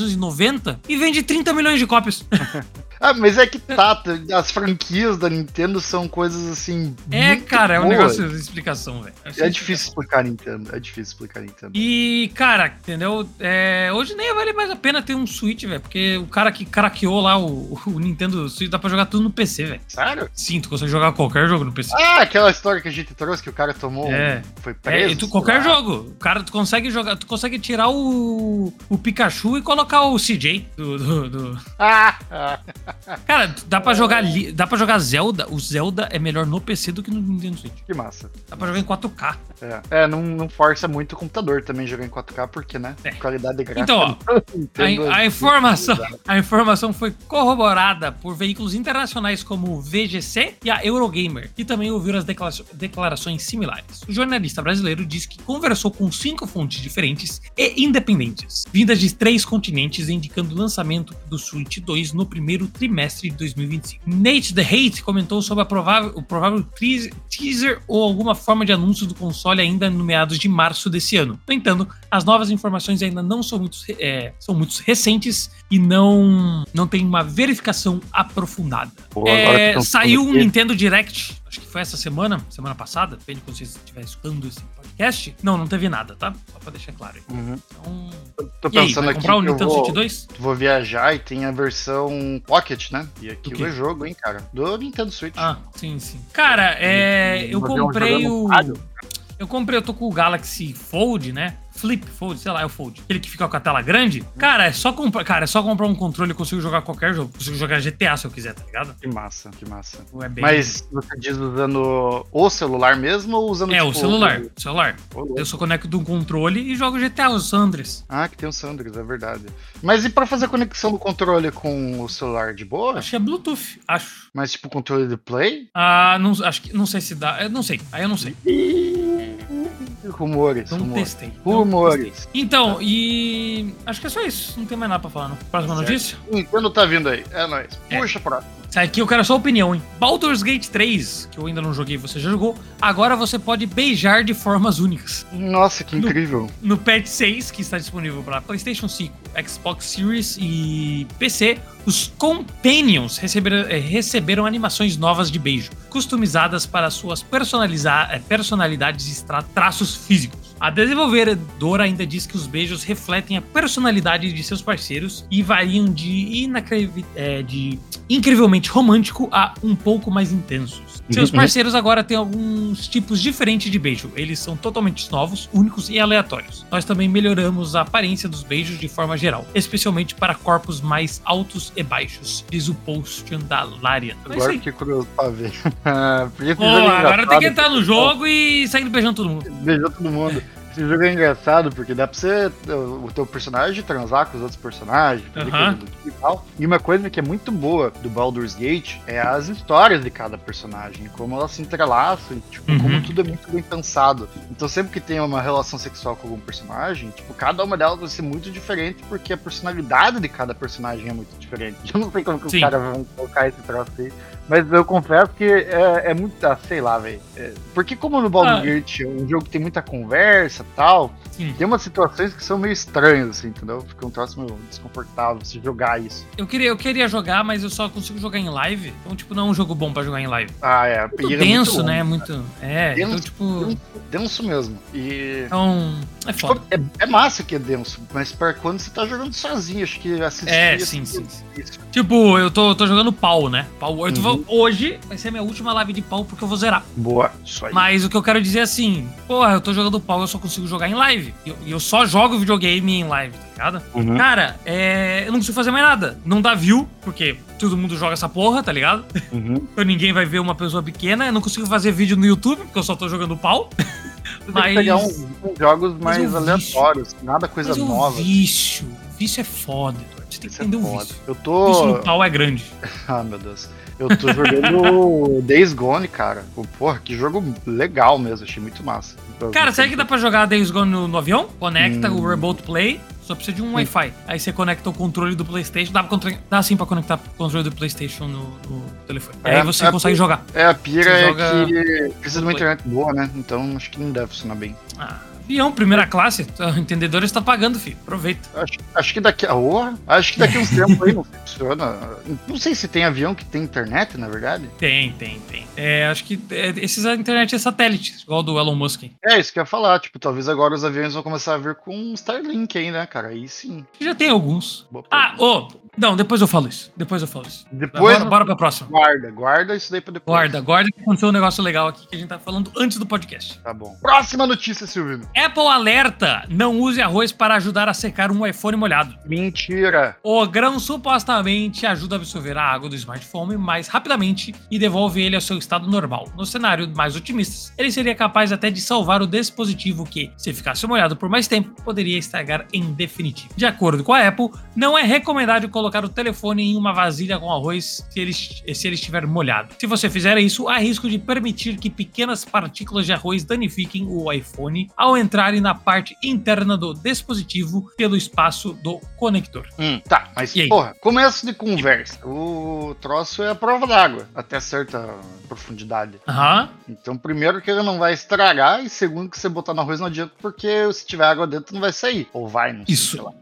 B: 1990, e vende 30 milhões de cópias.
A: assim. Ah, mas é que tá, tá, as franquias da Nintendo são coisas assim.
B: É,
A: muito
B: cara, é um
A: boas.
B: negócio assim. de explicação, velho.
A: É difícil explicar a Nintendo, é difícil explicar a Nintendo.
B: E, cara, entendeu? É, hoje nem vale mais a pena ter um Switch, velho. Porque o cara que craqueou lá o, o Nintendo Switch dá pra jogar tudo no PC, velho.
A: Sério?
B: Sim, tu consegue jogar qualquer jogo no PC.
A: Ah, aquela história que a gente trouxe que o cara tomou. um-
B: É.
A: Foi
B: É,
A: preso.
B: e tu,
A: sei
B: qualquer
A: lá.
B: jogo, cara, tu consegue jogar, tu consegue tirar o, o Pikachu e colocar o CJ do, do, do-
A: Ah, ah.
B: Cara, dá pra jogar li- dá para jogar Zelda. O Zelda é melhor no PC do que no Nintendo Switch.
A: Que massa.
B: Dá pra jogar em 4K.
A: É, é, não, não força muito o computador também jogar em 4K, porque, né?
B: É.
A: Qualidade gráfica.
B: Então, ó,
A: do
B: a,
A: Nintendo
B: in- a
A: é
B: informação,
A: muito
B: a informação foi corroborada por veículos internacionais como o VGC e a Eurogamer, que também ouviram as declara- declarações similares. O jornalista brasileiro disse que conversou com cinco fontes diferentes e independentes, vindas de três continentes, indicando o lançamento do Switch 2 no primeiro trimestre de 2025. Nate The Hate comentou sobre a provável, o provável teas- teaser ou alguma forma de anúncio do console ainda no meados de março desse ano. No entanto, as novas informações ainda não são muito, é, são muito recentes e não, não tem uma verificação aprofundada.
A: Pô,
B: É,
A: agora que tão
B: saiu um
A: falando aqui.
B: Nintendo Direct, acho que foi essa semana, semana passada, depende quando você estiver escutando esse podcast. Não, não teve nada, tá? Só pra deixar claro. aí.
A: Uhum.
B: Então,
A: Eu Tô
B: e aí, vai
A: pensando aqui que
B: comprar o
A: eu
B: Nintendo Switch
A: vou,
B: 2?
A: vou viajar e tem a versão Pocket, né? E
B: Do
A: aqui
B: quê?
A: é jogo, hein, cara? Do Nintendo Switch.
B: Ah, sim, sim. Cara, é, eu
A: Vou ver um
B: comprei
A: jogando
B: o...
A: Mario.
B: Eu comprei, eu tô com o Galaxy Fold, né? Flip Fold, sei lá, é o Fold. Aquele que fica com a tela grande. Cara, é só comprar, cara, é só comprar um controle, eu consigo jogar qualquer jogo. Consigo jogar GTA se eu quiser, tá ligado?
A: Que massa, que massa.
B: É bem-
A: Mas você diz usando o celular mesmo ou usando
B: É, o
A: tipo,
B: celular, o celular.
A: o- o-
B: Eu só conecto de um controle e jogo GTA, os Andres.
A: Ah, que tem o Sanders, é verdade. Mas e pra fazer a conexão do controle com o celular de boa?
B: Acho que é Bluetooth, acho.
A: Mas tipo controle de play?
B: Ah, não, acho que, não sei se dá, eu não sei, aí eu não sei.
A: Rumores,
B: Não
A: rumores.
B: testei. não testei.
A: Rumores.
B: Então, e... acho que é só isso, não tem mais nada pra falar, não. Próxima
A: Tá Certo.
B: notícia?
A: Nintendo tá vindo aí, é nóis.
B: É.
A: Puxa pra...
B: Isso aqui eu quero só opinião, hein? Baldur's Gate 3, que eu ainda não joguei, você já jogou. Agora você pode beijar de formas únicas.
A: Nossa, que
B: No-
A: incrível.
B: No patch 6, que está disponível para PlayStation 5, Xbox Series e PC, os Companions receberam, eh, receberam animações novas de beijo, customizadas para suas personaliza- eh, personalidades e tra- traços físicos. A desenvolvedora ainda diz que os beijos refletem a personalidade de seus parceiros e variam de, inacrediv- eh, de incrivelmente romântico a um pouco mais intensos.
A: Uhum.
B: Seus parceiros agora têm alguns tipos diferentes de beijo. Eles são totalmente novos, únicos e aleatórios. Nós também melhoramos a aparência dos beijos de forma geral, especialmente para corpos mais altos e baixos, diz o post da Larian. É isso
A: Agora
B: aí.
A: que curioso pra ver. Porque esse
B: Pô,
A: jogo é
B: agora tem que
A: engraçado.
B: entrar no jogo e sair beijando todo mundo.
A: Beijou todo mundo. Esse jogo é engraçado porque dá pra você, o teu personagem, transar com os outros personagens, fazer
B: Aham.
A: coisa do tipo e tal. E uma coisa que é muito boa do Baldur's Gate é as histórias de cada personagem, como elas se entrelaçam e tipo,
B: Uhum.
A: como tudo é muito bem pensado. Então sempre que tem uma relação sexual com algum personagem, tipo, cada uma delas vai ser muito diferente porque a personalidade de cada personagem é muito diferente. Eu não sei como que
B: Sim.
A: os caras vão colocar esse troço aí. Mas eu confesso que é, é muito. Ah, sei lá, velho. É, porque, como no
B: Ah.
A: Baldur's Gate é um jogo que tem muita conversa e tal,
B: Sim.
A: tem umas situações que são meio estranhas, assim, entendeu? Fica um troço meio desconfortável se jogar isso.
B: Eu queria, eu queria jogar, mas eu só consigo jogar em live. Então, tipo, não é um jogo bom pra jogar em live.
A: Ah, é.
B: Muito
A: e ele é
B: denso,
A: longo,
B: né? Muito. É,
A: Denso,
B: então, tipo.
A: denso. Denso mesmo. E.
B: Então. É
A: tipo,
B: foda.
A: é, é massa que é denso, mas para quando você tá jogando sozinho, acho que assistir.
B: É,
A: assim,
B: sim, sim, sim.
A: difícil.
B: Tipo, eu tô, tô jogando pau, né? Pau. Eu tô
A: Uhum.
B: Hoje vai ser minha última live de pau porque eu vou zerar.
A: Boa, isso aí.
B: Mas o que eu quero dizer é assim, porra, eu tô jogando pau, eu só consigo jogar em live. E eu, e eu só jogo videogame em live, tá ligado?
A: Uhum.
B: Cara, é, eu não consigo fazer mais nada. Não dá view, porque todo mundo joga essa porra, tá ligado?
A: Uhum.
B: Então ninguém vai ver uma pessoa pequena. Eu não consigo fazer vídeo no YouTube, porque eu só tô jogando pau.
A: Você tem
B: Mas-
A: que pegar uns, uns jogos mais
B: um
A: aleatórios, nada coisa
B: Mas o
A: nova. assim,
B: vício, o vício é foda, Eduardo. Você tem um que
A: Isso é
B: entender o
A: foda.
B: vício.
A: Eu
B: O
A: tô.
B: vício no pau é grande.
A: Ah, meu Deus. Eu tô jogando Days Gone, cara. Pô, Porra, que jogo legal mesmo. Achei muito massa.
B: Cara, será que dá pra jogar Days Gone no, no avião? Conecta
A: Hum.
B: o Remote Play, só precisa de um Wi-Fi. Aí você conecta o controle do PlayStation, dá, pra contra- dá sim pra conectar o controle do PlayStation no, no telefone.
A: É,
B: aí você
A: é
B: consegue
A: por-
B: jogar.
A: É, a pira
B: Você
A: é
B: joga-
A: que precisa de uma
B: Play.
A: internet boa, né? Então acho que não deve funcionar bem.
B: Ah, avião, primeira classe, tá, o entendedor está pagando, filho. Aproveita.
A: Acho, acho que daqui. Oh, acho que daqui uns tempos aí não funciona. Não sei se tem avião que tem internet, na verdade.
B: Tem, tem, tem. É, acho que é, esses a internet é satélite, igual do Elon Musk.
A: É isso que eu ia falar. Tipo, talvez agora os aviões vão começar a vir com Starlink aí, um né, cara? Aí sim.
B: Já tem alguns.
A: Boa
B: Ah,
A: pergunta.
B: ô, Não, depois eu falo isso. Depois eu falo isso.
A: Depois
B: Bora, bora pra próxima.
A: Guarda, guarda isso daí pra depois.
B: Guarda, guarda que aconteceu um negócio legal aqui que a gente tá falando antes do podcast.
A: Tá bom. Próxima notícia, Silvino.
B: Apple alerta: não use arroz para ajudar a secar um iPhone molhado.
A: Mentira.
B: O grão supostamente ajuda a absorver a água do smartphone mais rapidamente e devolve ele ao seu estado normal. No cenário mais otimista, ele seria capaz até de salvar o dispositivo que, se ficasse molhado por mais tempo, poderia estragar em definitivo. De acordo com a Apple, não é recomendado colocar o telefone em uma vasilha com arroz se ele, se ele estiver molhado. Se você fizer isso, há risco de permitir que pequenas partículas de arroz danifiquem o iPhone ao entrarem na parte interna do dispositivo pelo espaço do conector.
A: Hum, tá, mas
B: E aí?
A: porra, começo de conversa. O troço é a prova d'água, até certa profundidade.
B: Aham.
A: Então, primeiro que ele não vai estragar, e segundo que você botar no arroz não adianta, porque se tiver água dentro não vai sair. Ou vai, não sei,
B: Isso.
A: sei lá.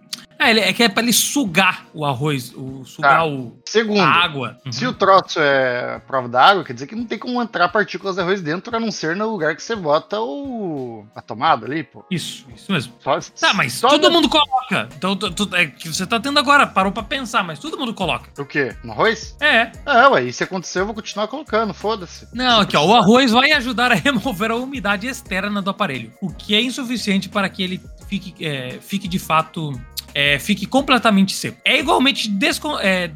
B: É, ele- é que é pra ele sugar o arroz, o, sugar
A: Tá.
B: o, a
A: Segundo,
B: água. Uhum.
A: se o troço é a prova d'água, quer dizer que não tem como entrar partículas de arroz dentro, a não ser no lugar que você bota o... a tomada ali, pô.
B: Isso, isso mesmo.
A: Só,
B: Tá, mas
A: só
B: todo
A: no-
B: mundo coloca. Então, tu- tu- é que você tá tendo agora, parou pra pensar, mas todo mundo coloca.
A: O quê? No arroz?
B: É.
A: Ah, ué, e se acontecer eu vou continuar colocando, foda-se.
B: Não, aqui ó, o arroz vai ajudar a remover a umidade externa do aparelho, o que é insuficiente para que ele fique, é, fique de fato, é, fique completamente seco. É igualmente descon- é,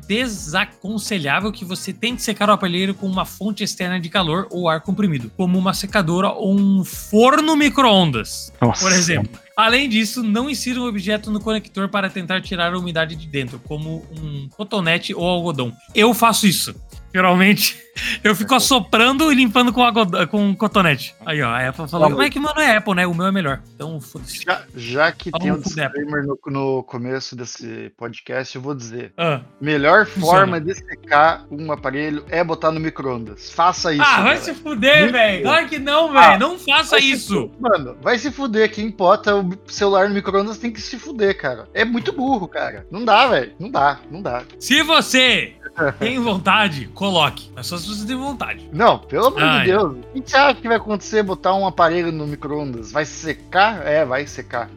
B: desaconselhável que você tente secar o aparelho com uma fonte externa de calor ou ar comprimido, como uma secadora ou um forno micro-ondas
A: Nossa.
B: por exemplo. Além disso, não insira um objeto no conector para tentar tirar a umidade de dentro, como um cotonete ou algodão. Eu faço isso. Geralmente, eu fico assoprando e limpando com, algodão, com um cotonete. Aí, ó, a Apple
A: Tá
B: falou,
A: bom.
B: como é que, mano, é Apple, né? O meu é melhor. Então, foda-se.
A: Já, já que
B: Fala
A: tem
B: um
A: um
B: pouco da
A: disclaimer no, no começo desse podcast, eu vou dizer.
B: Ah,
A: Melhor
B: Funciona.
A: forma de secar um aparelho é botar no micro-ondas. Faça isso.
B: ah vai
A: galera.
B: se fuder,
A: Muito
B: velho.
A: bom.
B: Claro que não, velho.
A: Ah,
B: não faça
A: Vai se
B: isso.
A: fu- Mano, vai se fuder. Quem bota o celular no micro-ondas tem que se fuder, cara. É muito burro, cara. Não dá, velho. Não dá, não dá.
B: Se você tem vontade, coloque. Mas só se você tem vontade.
A: Não, pelo amor
B: Ai.
A: de Deus. O que você acha que vai acontecer botar um aparelho no micro-ondas? Vai secar? É, vai secar.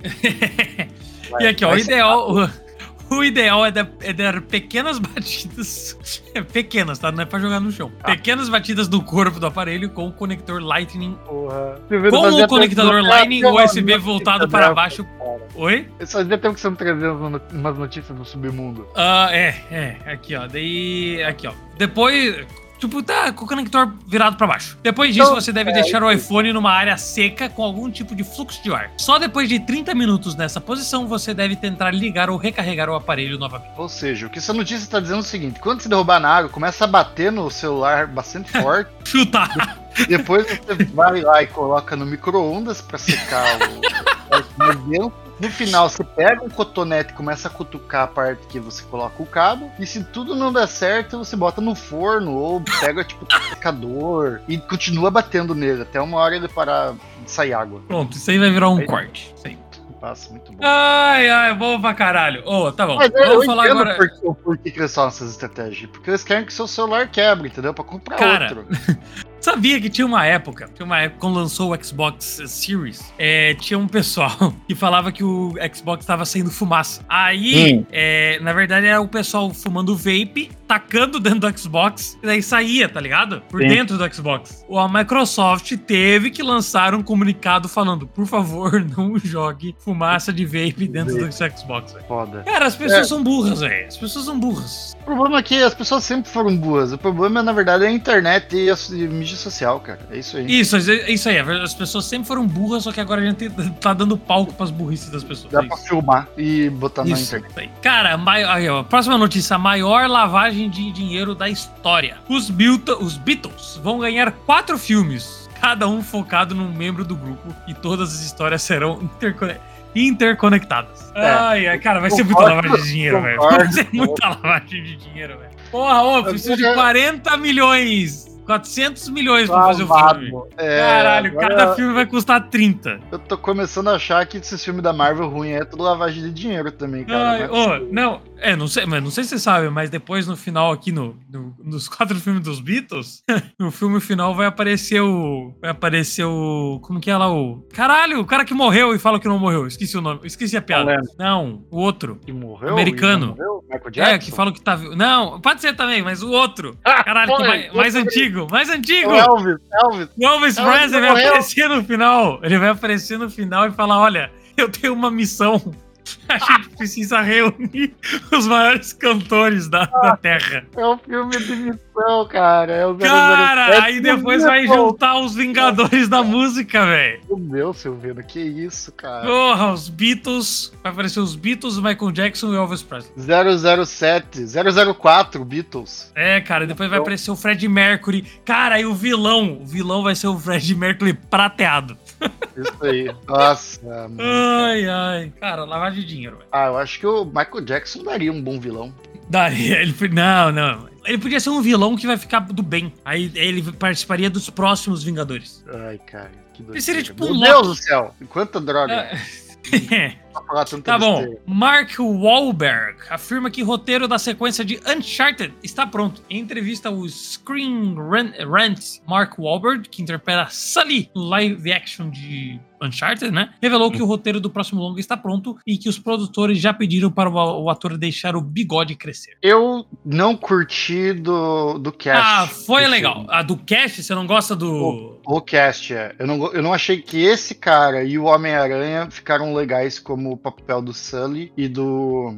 A: Vai-
B: E aqui, ó, o
A: vai secar.
B: ideal. O, o ideal é dar, é dar pequenas batidas. É, pequenas, tá? Não é pra jogar no chão.
A: Tá.
B: Pequenas batidas do corpo do aparelho com o conector Lightning.
A: Porra.
B: Com o conectador Lightning USB voltado para baixo. Oi?
A: Eu só dizia tempo que você não tá trazia umas umas notícias do submundo.
B: Ah, é, é. Aqui, ó. Daí. Aqui, ó. Depois. Tipo, tá com o conector virado pra baixo. Depois disso,
A: Então,
B: você deve
A: é,
B: deixar o iPhone numa área seca com algum tipo de fluxo de ar. Só depois de 30 minutos nessa posição, você deve tentar ligar ou recarregar o aparelho novamente.
A: Ou seja, o que essa notícia está dizendo é o seguinte: quando se derrubar na água, começa a bater no celular bastante forte.
B: Chutar!
A: depois você vai lá e coloca no micro-ondas para secar o. o modelo. No final, você pega um cotonete e começa a cutucar a parte que você coloca o cabo. E se tudo não der certo, você bota no forno ou pega tipo um secador e continua batendo nele até uma hora ele parar de sair água.
B: Pronto, isso aí vai virar um
A: Aí-
B: corte. Isso aí.
A: Passa muito bom.
B: Ai, ai, bom pra caralho. Ô, tá bom.
A: Mas eu,
B: Vamos
A: eu
B: falar
A: entendo
B: agora.
A: por, que- por que que eles falam essas estratégias. Porque eles querem que seu celular quebre, entendeu? Pra comprar
B: Cara,
A: outro.
B: Sabia que tinha uma época, tinha uma época quando lançou o Xbox Series, é, tinha um pessoal que falava que o Xbox tava saindo fumaça. Aí,
A: Hum.
B: é, na verdade, era o pessoal fumando vape, tacando dentro do Xbox, e daí saía, tá ligado? Por
A: Sim.
B: dentro do Xbox. A Microsoft teve que lançar um comunicado falando, por favor, não jogue fumaça de vape dentro do seu Xbox. velho."
A: Foda.
B: Cara, as pessoas
A: É.
B: são burras, velho. As pessoas são burras.
A: O problema é que as pessoas sempre foram boas. O problema, na verdade, é a internet e a so- e mídia social, cara. É isso aí.
B: Isso, isso aí. é, As pessoas sempre foram burras, só que agora a gente tá dando palco pras burrices das pessoas.
A: Dá
B: é
A: pra
B: isso.
A: filmar e botar tá na
B: Isso,
A: internet.
B: isso aí. Cara, mai- aí, ó, próxima notícia: maior lavagem de dinheiro da história. Os, Bilta- os Beatles vão ganhar quatro filmes, cada um focado num membro do grupo, e todas as histórias serão intercone- interconectadas.
A: É.
B: Ai, ai, cara, vai ser muita
A: Concordo,
B: lavagem de dinheiro, velho.
A: concordo.
B: Vai ser muita lavagem de dinheiro, velho. Porra, ô, preciso de 40 milhões 400 milhões pra fazer o filme.
A: É,
B: Caralho,
A: agora
B: cada filme vai custar 30.
A: Eu tô começando a achar que esses filmes da Marvel ruim é tudo lavagem de dinheiro também, cara.
B: Ai,
A: né?
B: ô, não, é, não sei, mas não sei se você sabe, mas depois no final aqui no, no- nos quatro filmes dos Beatles, no filme final vai aparecer o vai aparecer o como que é lá o Caralho, o cara que morreu e fala que não morreu. Esqueci o nome, esqueci a piada.
A: Alan.
B: Não, o outro.
A: Que morreu?
B: Americano.
A: e não Morreu? Michael Jackson?
B: É, que fala que tá vivo. Não, pode ser também, mas o outro.
A: Ah,
B: Caralho, que
A: foi,
B: mais, mais antigo, mais antigo.
A: O Elvis, Elvis.
B: O Elvis
A: Ela
B: Presley vai
A: morreu.
B: aparecer no final. Ele vai aparecer no final e falar: olha, eu tenho uma missão. A gente precisa reunir os maiores cantores da, da Terra.
A: É um filme de missão, cara. É o 007.
B: Cara, aí depois vai
A: Pô,
B: juntar os Vingadores da música, velho.
A: Meu Deus, Silvino, que isso, cara.
B: Porra, os Beatles. Vai aparecer os Beatles, o Michael Jackson e o Elvis Presley.
A: 007, 004, Beatles.
B: É, cara, depois
A: Então
B: vai aparecer o Fred Mercury. Cara, e o vilão. O vilão vai ser o Fred Mercury prateado.
A: Isso aí. Nossa, mano.
B: Ai, ai. Cara, lavagem de dinheiro, velho.
A: Ah, eu acho que o Michael Jackson daria um bom vilão.
B: Daria, ele foi- não, não. Ele podia ser um vilão que vai ficar do bem. Aí ele participaria dos próximos Vingadores.
A: Ai, cara, que doido.
B: Ele seria tipo
A: Meu
B: um
A: Deus do
B: Loki. É.
A: céu, quanta droga. Pra falar tanta
B: Ah, tá bom.
A: besteira.
B: Mark Wahlberg afirma que roteiro da sequência de Uncharted está pronto. Em entrevista ao Screen Ran- Rant, Mark Wahlberg, que interpreta Sully no live action de Uncharted, né? Revelou que o roteiro do próximo longa está pronto e que os produtores já pediram para o o ator deixar o bigode crescer.
A: Eu não curti do, do cast.
B: Ah, foi
A: do
B: legal.
A: filme.
B: A do Cash, você não gosta do.
A: O cast, é. Eu não, go- eu não achei que esse cara e o Homem-Aranha ficaram legais como o papel do Sully e do.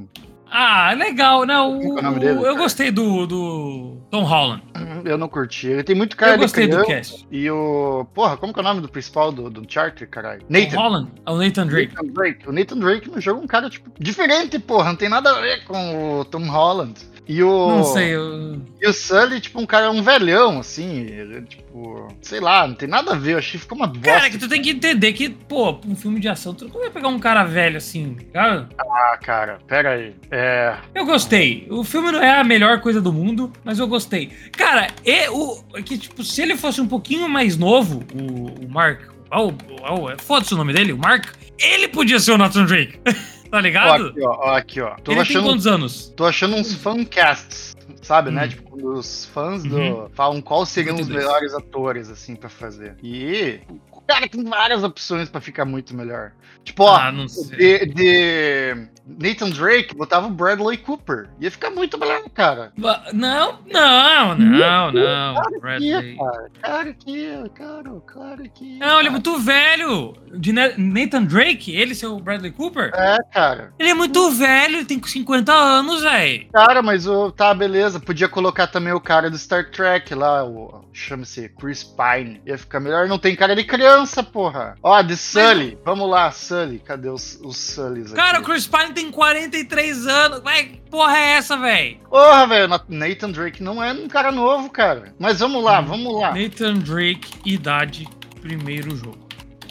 B: Ah, legal. Não,
A: Qual
B: o-
A: é o nome dele,
B: eu
A: cara?
B: gostei do, do Tom Holland.
A: Eu não curti. Ele tem muito cara
B: Uhum. eu
A: de
B: gostei do
A: criança.
B: Cash.
A: E o. Porra, como que é o nome do principal do, do Charter, caralho?
B: Tom
A: Nathan.
B: Holland? É o Nathan Drake.
A: Nathan Drake. O Nathan Drake no jogo é um cara, tipo, diferente, porra. Não tem nada a ver com o Tom Holland. E o.
B: Não sei. eu-
A: E o Sully, tipo, um cara, um velhão, assim. Ele, tipo, sei lá, não tem nada a ver. Eu achei que ficou uma bosta.
B: Cara, é que tu tem que entender que, pô, um filme de ação, tu não vai pegar um cara velho assim, cara.
A: Ah, cara, pera aí. É.
B: Eu gostei. O filme não é a melhor coisa do mundo, mas eu gostei. Cara, e o. é Que, tipo, se ele fosse um pouquinho mais novo, o, o Mark. ó, o- ó, Foda-se o nome dele, o Mark. Ele podia ser o Nathan Drake.
A: Ó,
B: tá ligado?
A: aqui, ó, ó, aqui, ó. Tô
B: ele
A: achando,
B: tem quantos anos?
A: tô achando uns fancasts, sabe, né?
B: Uhum.
A: Tipo, quando os fãs
B: Uhum.
A: do. falam qual seriam os
B: 52.
A: melhores atores, assim, pra fazer. E. O cara tem várias opções pra ficar muito melhor. Tipo, ó.
B: ah, não sei.
A: De, de Nathan Drake botava o Bradley Cooper. Ia ficar muito melhor, cara.
B: Ba- Não, não, não, não.
A: Ia,
B: Bradley.
A: cara. Claro que ia, claro, claro que ia.
B: Não, ele é muito velho. De Na- Nathan Drake, ele ser o Bradley Cooper?
A: É, cara.
B: Ele é muito velho, ele tem 50 anos, velho.
A: Cara, mas o. Tá, beleza. Podia colocar também o cara do Star Trek lá, o. Chama-se Chris Pine. Ia ficar melhor. Não tem cara de criança, porra. Ó, de Sully. Vamos lá, Sully. Cadê os, os Sullys aqui?
B: Cara, o Chris Pine tem 43 anos. Vai, que porra é essa, velho?
A: Porra, velho. Na- Nathan Drake não é um cara novo, cara. Mas vamos
B: Hum.
A: lá, vamos lá.
B: Nathan Drake, idade, primeiro jogo.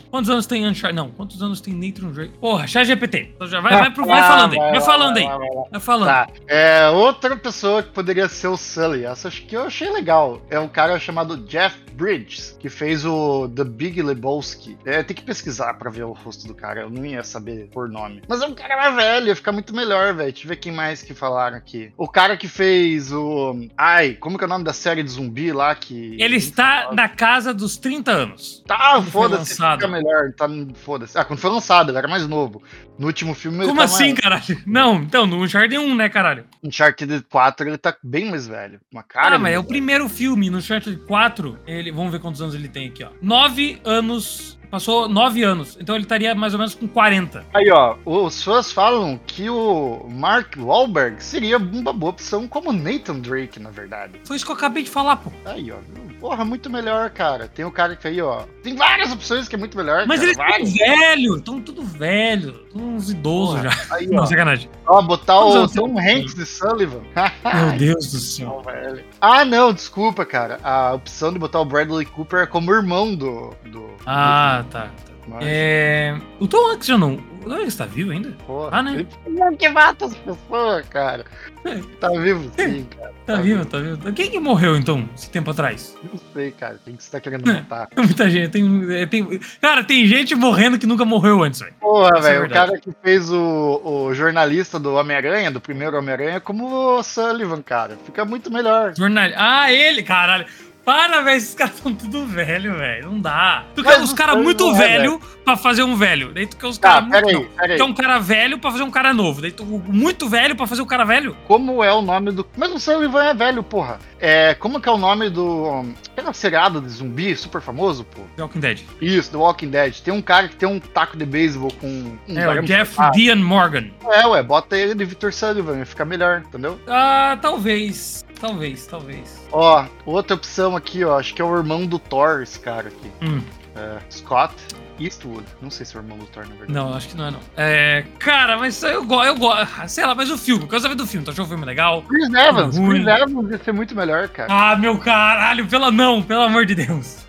B: Quantos anos tem Uncharted? Não, quantos anos tem Nathan Drake? Porra, ChatGPT. Então já vai, vai, pro- vai
A: Ah,
B: falando aí, vai
A: lá,
B: falando aí,
A: lá, vai lá.
B: vai falando.
A: Tá. É, outra pessoa que poderia ser o Sully, essa acho que eu achei legal. É um cara chamado Jeff Bridges, que fez o The Big Lebowski. É, tem que pesquisar pra ver o rosto do cara, eu não ia saber por nome. Mas é um cara mais velho, ia ficar muito melhor, velho. Deixa eu ver quem mais que falaram aqui. O cara que fez o. Ai, como que é o nome da série de zumbi lá que.
B: Ele está na casa dos 30 anos.
A: Tá,
B: foi
A: foda-se, fica
B: lançado.
A: melhor. Tá, foda-se. Ah, quando foi lançado, ele era mais novo. No último filme ele
B: Como
A: tá
B: assim, caralho? Não, então, no Uncharted 1, né, caralho?
A: Uncharted 4 ele tá bem mais velho. Uma cara.
B: ah, mas
A: de
B: é o
A: velho.
B: primeiro filme, no Uncharted 4, ele, vamos ver quantos anos ele tem aqui, ó. Nove anos, passou nove anos, então ele estaria mais ou menos com 40.
A: Aí, ó, os fãs falam que o Mark Wahlberg seria uma boa opção como Nathan Drake, na verdade.
B: Foi isso que eu acabei de falar, pô.
A: Aí, ó, porra, muito melhor, cara. Tem o cara que aí, ó, tem várias opções que é muito melhor,
B: Mas
A: cara,
B: eles estão
A: várias.
B: velho, estão tudo velho, estão uns idosos
A: Porra,
B: já.
A: Aí,
B: Não,
A: ó,
B: sacanagem.
A: ó, botar
B: Quantos
A: o
B: anos
A: Tom
B: tem?
A: Hanks de Sullivan.
B: Meu Deus do céu.
A: Não, velho. Ah, não, desculpa, cara. A opção de botar o Bradley Cooper é como irmão do... do
B: Ah, tá. tá.
A: Mas-
B: É, o Tom Hanks já não. Ele está vivo ainda?
A: Porra,
B: Ah, né?
A: Ele um que mata as pessoas, cara.
B: É.
A: Tá vivo sim, cara.
B: Tá vivo, tá vivo. Quem que morreu, então, esse tempo atrás?
A: Não sei, cara. Quem que você tá querendo
B: É.
A: matar?
B: Muita gente. Tem, é, tem- cara, tem gente morrendo que nunca morreu antes, velho.
A: Porra,
B: Isso é
A: velho. o
B: verdade.
A: cara que fez o, o jornalista do Homem-Aranha, do primeiro Homem-Aranha, como o Sullivan, cara. Fica muito melhor.
B: Jornal... Ah, ele, caralho. Para, velho. Esses caras são tudo velho, velho. Não dá. Tu quer
A: Mas
B: os
A: o
B: caras
A: Sandman
B: muito
A: é
B: velho pra fazer um velho. Daí tu quer os
A: Tá,
B: caras muito.
A: peraí,
B: não.
A: peraí.
B: Tu quer um cara velho pra fazer um cara novo. Daí tu muito velho pra fazer um cara velho.
A: Como é o nome do. Mas o Sullivan é velho, porra. É, como que é o nome do. Aquela seriado de zumbi super famoso, pô?
B: The Walking Dead.
A: Isso, The Walking Dead. Tem um cara que tem um taco de beisebol com. Um
B: é, o
A: arame
B: Jeff
A: separado.
B: Dean Morgan.
A: É, ué, bota ele de Victor Sullivan, fica melhor, entendeu?
B: Ah, talvez. Talvez, talvez.
A: Ó, outra opção aqui, ó, acho que é o irmão do Thor, esse cara aqui.
B: Hum.
A: É, Scott Eastwood. Não sei se é o irmão do Thor, na verdade.
B: Não, acho que não é, não. É, cara, mas eu gosto, eu gosto. Sei lá, mas o filme, eu quero saber do filme. Tu achou o filme legal?
A: Chris Evans,
B: Ruim.
A: Chris Evans ia ser muito melhor, cara.
B: Ah, meu caralho, pela não, pelo amor de Deus.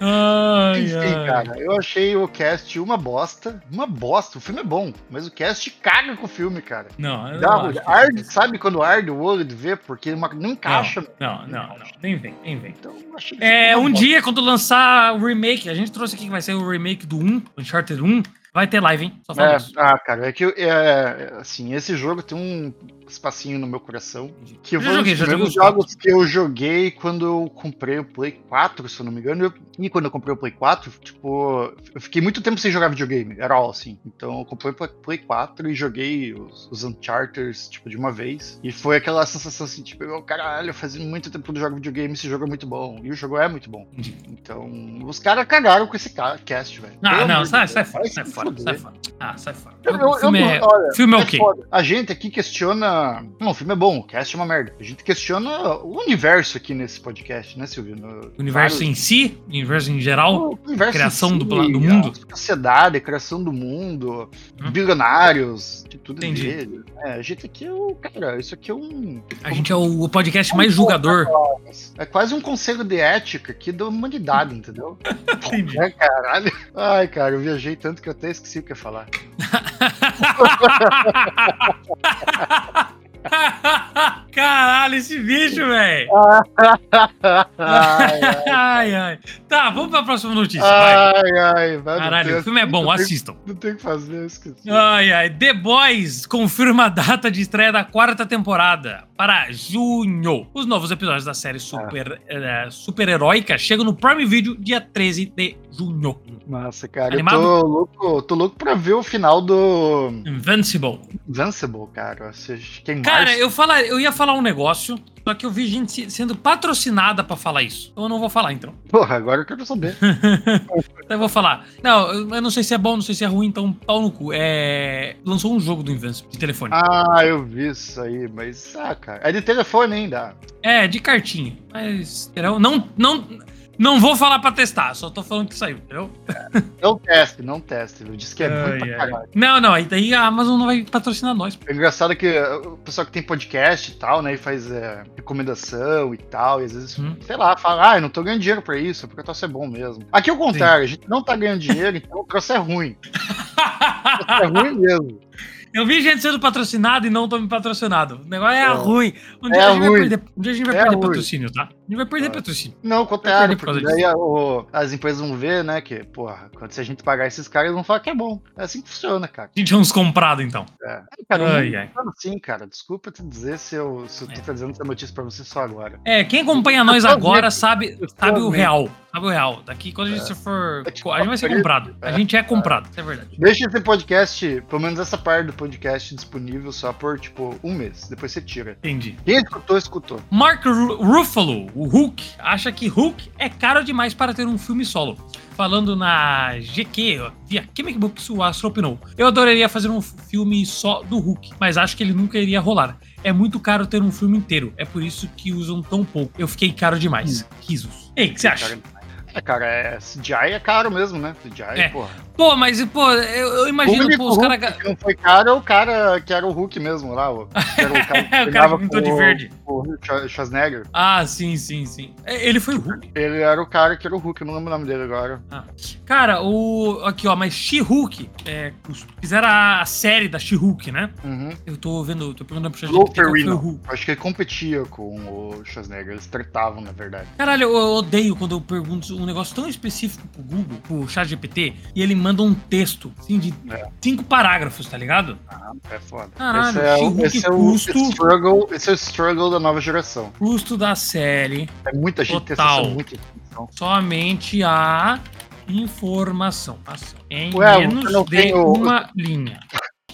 B: Ai,
A: Enfim,
B: ai.
A: cara, eu achei o cast uma bosta. Uma bosta, o filme é bom, mas o cast caga com o filme, cara.
B: Não, eu
A: Dá,
B: não acho que- é
A: arde, sabe quando arde o olho de ver? Porque uma- não encaixa.
B: Não, não, não. Nem vem, nem vem.
A: Então, eu achei que
B: É,
A: ficou uma
B: um
A: bosta.
B: dia, quando lançar o remake, a gente trouxe aqui que vai ser o remake do 1, o Uncharted 1, vai ter live, hein? Só falo
A: É,
B: isso.
A: ah, cara, é que é, assim, esse jogo tem um espacinho no meu coração. Que
B: Eu
A: foi
B: joguei,
A: um
B: já
A: dos
B: joguei
A: primeiros
B: os jogos.
A: jogos que eu joguei quando eu comprei o Play 4, se eu não me engano. E e quando eu comprei o Play 4, tipo, eu fiquei muito tempo sem jogar videogame, era all, assim. Então eu comprei o Play- Play 4 e joguei os, os Uncharters, tipo, de uma vez. E foi aquela sensação assim, tipo, eu, caralho, fazia muito tempo que eu não jogo videogame, esse jogo é muito bom. E o jogo é muito bom.
B: Entendi.
A: Então, os caras cagaram com esse ca- cast, velho.
B: Ah,
A: Pelo amor
B: não,
A: de
B: sai,
A: Deus,
B: sai fora,
A: vai
B: sai
A: se
B: fora,
A: fuder.
B: sai fora. Ah, sai fora.
A: Eu- eu- eu
B: filme,
A: não-
B: é,
A: olha,
B: filme é
A: É
B: ok.
A: foda. A gente aqui questiona. Não, o filme é bom, o cast é uma merda. A gente questiona o universo aqui nesse podcast, né, Silvio? No-
B: O universo
A: vários-
B: em si, o universo em geral.
A: o universo
B: criação
A: em
B: do pla- do mundo?
A: A sociedade, a criação do mundo,
B: Hum.
A: bilionários, de tudo
B: Entendi.
A: dele. É, a gente aqui é o. Cara, isso aqui é um.
B: A gente é o o podcast mais julgador.
A: É quase um conselho de ética aqui da humanidade, entendeu?
B: Entendi.
A: É, caralho. Ai, cara, eu viajei tanto que eu até esqueci o que eu ia falar.
B: Caralho, esse bicho, velho.
A: Ai,
B: Ai, ai. Tá, vamos pra próxima notícia.
A: Ah,
B: vai.
A: ai, ai. vai, não
B: Caralho,
A: tem-
B: o filme é bom,
A: não tem-
B: assistam.
A: Não tem o que fazer, eu esqueci.
B: Ai, ai. The Boys confirma a data de estreia da quarta temporada para junho. Os novos episódios da série super, eh, super-heróica chegam no Prime Video dia 13 de junho.
A: Nossa, cara,
B: Animado?
A: eu tô louco, tô louco pra ver o final do
B: Invincible.
A: Invincible, cara. Ou seja, Quem
B: Cara,
A: mais?
B: eu, fala, eu ia falar um negócio, só que eu vi gente se- sendo patrocinada pra falar isso. Então eu não vou falar, então.
A: Porra, agora eu quero saber.
B: Então eu vou falar. Não, eu eu não sei se é bom, não sei se é ruim, então pau no cu. É... Lançou um jogo do Invincible de telefone.
A: Ah, eu vi isso aí, mas. Ah, cara. É de telefone ainda.
B: É, de cartinha. Mas, entendeu? Não, não, não vou falar pra testar, só tô falando que saiu, entendeu?
A: Não teste, não teste. Eu disse que é ruim pra caralho.
B: Não, não, aí daí a Amazon não vai patrocinar nós.
A: É engraçado que uh, o pessoal que tem podcast e tal, né, e faz é, recomendação e tal, e às vezes,
B: Hum.
A: sei lá, fala, ah, eu não tô ganhando dinheiro pra isso, é porque o troço é bom mesmo. Aqui é o contrário, a gente não tá ganhando dinheiro, então o troço é ruim. O
B: Ah.
A: troço é ruim mesmo.
B: Eu vi gente sendo patrocinada e não tô me patrocinado. O negócio é,
A: É.
B: ruim. Um dia,
A: É
B: a, gente
A: ruim.
B: Vai perder, um dia a gente vai
A: É
B: perder
A: ruim.
B: patrocínio, tá? A gente vai perder
A: Ah.
B: patrocínio.
A: Não, o contrário,
B: por causa
A: porque daí o- as empresas vão ver, né, que, porra, quando se a gente pagar esses caras, eles vão falar que é bom. É assim que funciona, cara.
B: A gente é uns comprado, então.
A: É. Cara, o
B: Ai,
A: mundo
B: ai.
A: funciona assim, cara, desculpa te dizer se eu, se eu tô trazendo essa notícia pra você só agora.
B: É, quem acompanha nós
A: Eu tô
B: agora
A: vendo.
B: sabe,
A: Eu tô
B: sabe
A: vendo.
B: o real. Sabe o real. Daqui, quando a gente for.
A: É tipo
B: A gente vai ser
A: preto.
B: comprado. A
A: É.
B: gente é comprado, isso é verdade.
A: Deixa esse podcast, pelo menos essa parte do podcast disponível só por, tipo, um mês. Depois você tira.
B: Entendi.
A: Quem escutou, escutou.
B: Mark Ru- Ruffalo, o Hulk, acha que Hulk é caro demais para ter um filme solo. Falando na GQ, ó, via Comic Books, o Astro opinou. Eu adoraria fazer um filme só do Hulk, mas acho que ele nunca iria rolar. É muito caro ter um filme inteiro, é por isso que usam tão pouco. Eu fiquei caro
A: Hum.
B: demais. Risos. Ei, o que você acha?
A: Cara, É, cara, é, CGI é caro mesmo, né? CGI,
B: É.
A: porra.
B: Pô, mas, pô, eu, eu imagino,
A: único
B: pô, os
A: Hulk
B: caras.
A: que não foi caro é o cara que era o Hulk mesmo lá, o, que era o cara que
B: o cara
A: brigava
B: que pintou
A: Então, com
B: de
A: o-
B: verde.
A: com o Schwar- Schwarzenegger.
B: Ah, sim, sim, sim. É, Ele foi o Hulk.
A: Ele era o cara que era o Hulk, eu não lembro o nome dele agora.
B: Cara, o. Aqui, ó, mas She-Hulk. É, os- fizeram a a série da She-Hulk, né?
A: Uhum.
B: Eu tô vendo, tô perguntando pro chat
A: Lou
B: GPT qual foi é o
A: Ferrigno.
B: Hulk.
A: Acho que ele competia com o Schwarzenegger, eles tratavam, na verdade.
B: Caralho, eu eu odeio quando eu pergunto um negócio tão específico pro Google, pro chat GPT, e ele manda um texto, assim, de
A: É.
B: cinco parágrafos, tá ligado?
A: Ah, é foda.
B: Caralho,
A: esse é, o,
B: She-Hulk
A: esse é o
B: custo.
A: struggle, esse é o struggle da nova geração.
B: Custo da série
A: É muita gente
B: Total.
A: tem muita informação.
B: somente a informação. Ação. Em
A: Ué,
B: menos
A: eu não
B: de
A: tenho-
B: uma linha.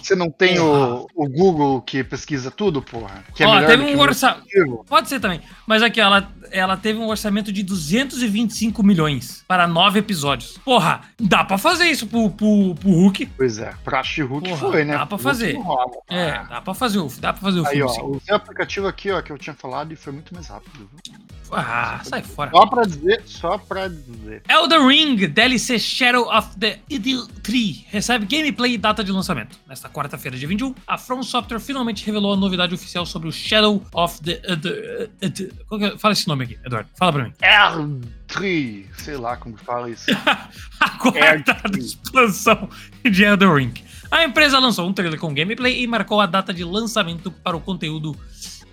A: Você não tem o,
B: Porra.
A: o Google que pesquisa tudo, porra? Que é
B: Ó,
A: melhor
B: teve
A: do que
B: um
A: o
B: orça-
A: Google?
B: Pode ser também. Mas aqui, ó, ela, ela teve um orçamento de 225 milhões para nove episódios. Porra, dá pra fazer isso pro, pro, pro Hulk?
A: Pois é, pra She-Hulk
B: Porra,
A: foi, né?
B: dá pra
A: Hulk
B: fazer.
A: não rola.
B: É, dá pra fazer o, dá pra fazer o
A: Ah. Aí,
B: filme.
A: ó,
B: sim.
A: usei o aplicativo aqui, ó, que eu tinha falado e foi muito mais rápido. viu?
B: Ah, sai fora.
A: Só pra dizer, só pra dizer.
B: Elden Ring DLC Shadow of the Idil Tree recebe gameplay e data de lançamento. Nesta quarta-feira, dia 21, a From Software finalmente revelou a novidade oficial sobre o Shadow of the... Id- Id- qual que é? Fala esse nome aqui, Eduardo. Fala pra mim.
A: R3, sei lá como que fala isso.
B: A
A: É
B: quarta tá expansão de Elden Ring. A empresa lançou um trailer com gameplay e marcou a data de lançamento para o conteúdo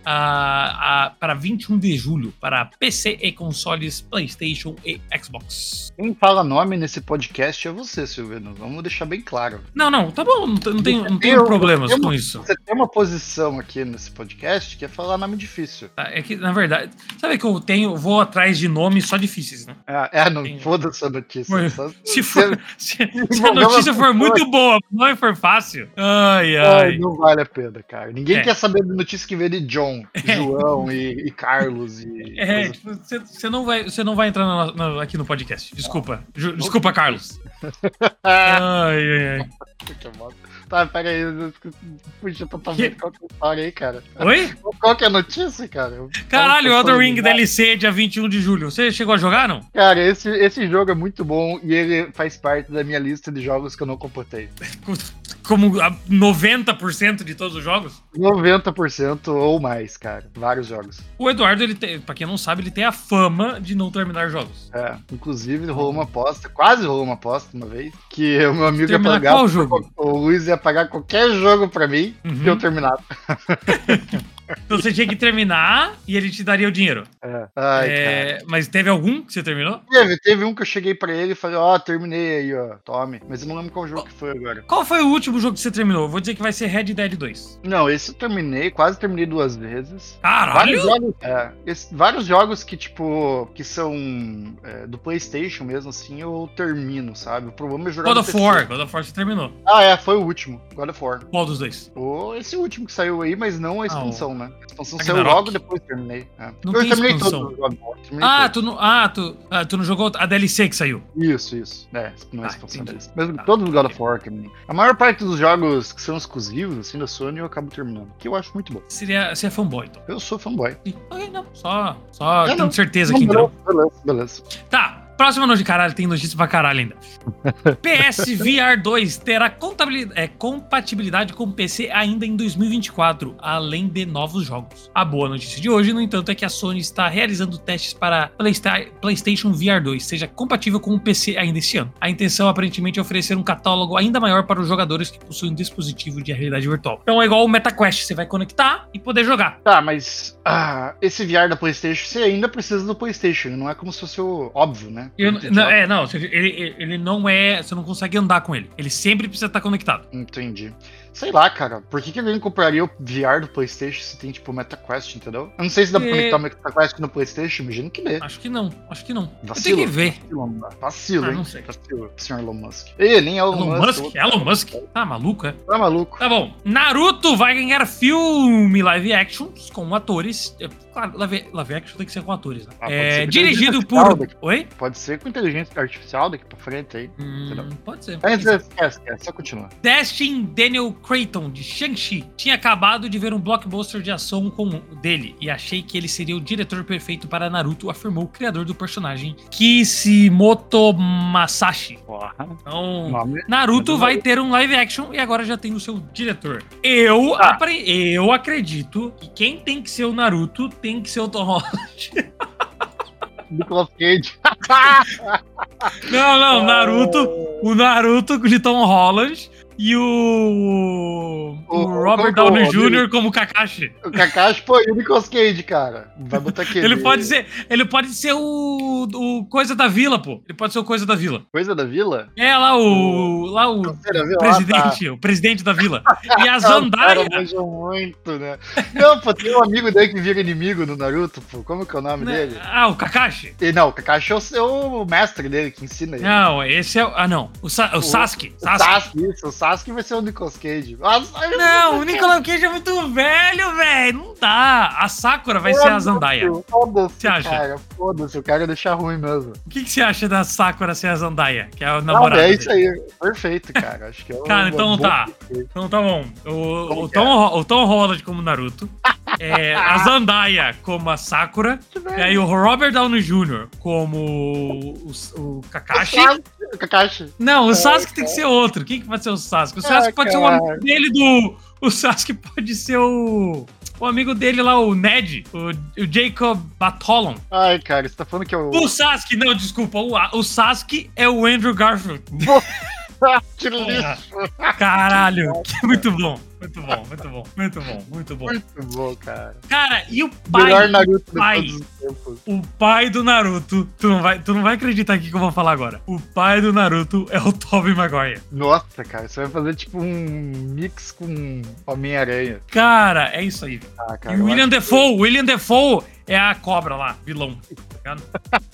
B: ah, ah, para 21 de julho para PC e consoles PlayStation e Xbox.
A: Quem fala nome nesse podcast é você, Silvino. Vamos deixar bem claro.
B: Não, não, tá bom, não, tem- não tenho, não tenho
A: Eu-
B: problemas
A: eu-
B: com isso.
A: Você tem uma posição aqui nesse podcast que é falar nome difícil.
B: Tá, É que, na verdade, sabe que eu tenho, vou atrás de nomes só difíceis, né?
A: É, é não
B: Sim.
A: foda-se a notícia.
B: Foi.
A: Só-
B: Se, for, se, se a
A: Envolveu uma
B: notícia for
A: pessoa.
B: muito boa, não é for fácil. Ai,
A: Ai,
B: ai.
A: não vale a pena, cara. Ninguém
B: É.
A: quer saber de notícia que vem de John, João e, e Carlos e. coisa-
B: É, tipo, você você não vai, você não vai entrar na- na- aqui no podcast. Desculpa. Ju- desculpa, Carlos. Ai, ai, ai.
A: Puta, mano. Tá, pera aí. eu- Puxa, eu tô tá
B: Que-
A: vendo qual que é a história aí, cara.
B: Oi?
A: Qual que é a notícia, cara? Eu-
B: Caralho,
A: eu-
B: Elden Ring
A: eu-
B: DLC dia 21 de julho. Você chegou a jogar, não?
A: Cara, esse, esse jogo é muito bom e ele faz parte da minha lista de jogos que eu não completei.
B: Como a 90% de todos os jogos?
A: 90% ou mais, cara. Vários jogos.
B: O Eduardo, ele tem, pra quem não sabe, ele tem a fama de não terminar jogos.
A: É, inclusive rolou uma aposta, quase rolou uma aposta uma vez, que o meu amigo ia
B: Terminar
A: pagar.
B: qual jogo?
A: O Luiz ia pagar qualquer jogo pra mim
B: Uhum.
A: que eu terminava.
B: Então você tinha que terminar e ele te daria o dinheiro.
A: É. Ai, cara.
B: É, mas teve algum que você terminou?
A: Teve, teve um que eu cheguei pra ele e falei, ó, terminei aí, ó, tome. Mas eu não lembro qual jogo que foi agora.
B: Qual foi o último jogo que você terminou? Eu Vou dizer que vai ser Red Dead 2.
A: Não, esse eu terminei, quase terminei duas vezes.
B: Caralho!
A: Vários jogos, é, esse- vários jogos que, tipo, que são é, do Playstation mesmo, assim, eu termino, sabe? O problema é jogar
B: God
A: no
B: of
A: PC.
B: War. God of War você terminou.
A: Ah, é, foi o último, God of War.
B: Qual dos dois?
A: Ou esse último que saiu aí, mas não a expansão, né? A expansão saiu
B: Ah, Ragnarok.
A: logo depois que terminei. É.
B: Não
A: eu
B: tem
A: terminei
B: expansão.
A: todo o God of War, terminei
B: Ah,
A: todo.
B: tu não, ah, tu, ah, tu não jogou a DLC que saiu.
A: Isso, isso. É, não é
B: Ah,
A: expansão
B: entendi.
A: deles. Mesmo
B: Tá,
A: todos os God of
B: ok.
A: War eu terminei. A maior parte dos jogos que são exclusivos, assim, da Sony, eu acabo terminando. Que eu acho muito bom.
B: Seria, você é fanboy, então.
A: Eu sou fanboy.
B: Sim. Ok, não. Só, só
A: É,
B: tendo
A: não.
B: certeza
A: Não,
B: aqui, então.
A: Beleza, beleza.
B: Tá, próxima notícia. Caralho, tem notícia pra caralho ainda. PS VR 2 terá contabilidade- é, compatibilidade com PC ainda em 2024, além de novos jogos. A boa notícia de hoje, no entanto, é que a Sony está realizando testes para Playsta- PlayStation VR 2 seja compatível com o PC ainda esse ano. A intenção aparentemente é oferecer um catálogo ainda maior para os jogadores que possuem um dispositivo de realidade virtual. Então é igual o MetaQuest, você vai conectar e poder jogar.
A: Tá, mas ah, esse VR da PlayStation, você ainda precisa do PlayStation. Não é como se fosse o óbvio, né?
B: Eu-
A: Entendi.
B: não, é, não, você- ele, ele não é. Você não consegue andar com ele. Ele sempre precisa estar conectado.
A: Entendi. Sei lá, cara. Por que, que alguém compraria o VR do PlayStation se tem, tipo, MetaQuest, entendeu? Eu não sei se dá pra
B: É.
A: conectar o MetaQuest no PlayStation. Imagino que dê.
B: Acho que não, acho que não. Eu
A: Vacilo.
B: tenho que ver.
A: Vacilo, não dá. Vacilo,
B: Ah,
A: hein?
B: não sei.
A: Vacilo, senhor Elon Musk. Ê, nem é o
B: Elon Musk? Elon Musk? Tá maluco, é?
A: Tá maluco?
B: Tá bom. Naruto vai ganhar filme live action com atores. É, Claro, live, live action tem que ser com atores, né?
A: Ah, pode
B: é,
A: ser.
B: dirigido
A: Artificial né?
B: por.
A: daqui.
B: Oi?
A: Pode ser com inteligência artificial daqui pra frente aí. É,
B: Hum,
A: Sei lá.
B: pode ser.
A: Mas esquece, esquece, só continua.
B: Destin Daniel Creighton, de Shang-Chi, tinha acabado de ver um blockbuster de ação com dele e achei que ele seria o diretor perfeito para Naruto, afirmou o criador do personagem, Kishimoto Masashi.
A: Porra.
B: Então,
A: Nome-
B: Naruto
A: Mas-
B: vai ter um live action e agora já tem o seu diretor. Eu,
A: Ah.
B: apre- eu acredito que quem tem que ser o Naruto tem que ser o Tom Holland.
A: Nicolas Cage.
B: Não,
A: Oh.
B: não, É Naruto, o Naruto de Tom Holland e o, o
A: O-
B: Robert
A: como que é
B: Downey
A: o nome dele?
B: Jr. como Kakashi.
A: O Kakashi, pô, e o Nicolas Cage, cara. Vai botar aquele.
B: Ele pode ser, ele pode ser o, o coisa da vila, pô. Ele pode ser o coisa da vila.
A: Coisa da vila?
B: É lá o lá o
A: Coisa da vila? Ah, tá.
B: presidente, o presidente da vila. E a
A: Ah, os caras
B: Zandaria,
A: manjam muito, né? Não, pô, tem um amigo dele que vira inimigo do Naruto, pô. Como que é o nome
B: né?
A: dele?
B: Ah, o Kakashi.
A: E, não, o Kakashi é o, seu mestre dele que ensina ele.
B: Não, esse é o Ah, não. O, Sa- o
A: O-
B: Sasuke.
A: O
B: Sasuke.
A: Sasuke, isso. O Sasuke vai ser o Nicolas Cage. Ah, Nossa, eu
B: Não, o Nicolas Cage é muito velho, velho. Não dá. A Sakura vai ser a
A: Foda-se,
B: Zandaia.
A: Foda-se,
B: Você acha?
A: é cara. Foda-se, o cara deixar ruim mesmo.
B: O que, que você acha da Sakura ser a Zandaia, que é a
A: Não,
B: namorada?
A: é isso
B: dele?
A: aí. Perfeito, cara. Acho que é um-
B: Cara, então
A: um bom
B: tá.
A: perfeito.
B: Então tá bom. O,
A: Como
B: o,
A: que é?
B: Tom, Ho- o Tom Holland como Naruto, é, a Zandaia como a Sakura, e aí o Robert Downey Jr. como o, o- o Kakashi.
A: Sasuke- Kakashi.
B: Não, o Sasuke tem que ser outro. Quem que pode ser o Sasuke? O
A: Ah,
B: Sasuke pode ser o amigo
A: cara.
B: dele do... O Sasuke pode ser o... O amigo dele lá, o Ned, o, o Jacob Batolon.
A: Ai, cara, você tá falando que é o.
B: O Sasuke, não, desculpa, o, o Sasuke é o Andrew Garfield.
A: que lixo!
B: Caralho, que muito bom. Muito bom, muito bom, muito bom, muito bom.
A: Muito bom, cara.
B: Cara, e o
A: Melhor
B: pai,
A: Naruto de
B: pai.
A: todos os tempos.
B: o pai do Naruto, tu não vai, tu não vai acreditar aqui que eu vou falar agora. O pai do Naruto é o Tobey Maguire.
A: Nossa, cara, você vai fazer tipo um mix com Homem-Aranha.
B: Cara, é isso aí. velho.
A: Ah, cara.
B: E o
A: eu
B: William
A: acho-
B: Defoe, o William Defoe é a cobra lá, vilão.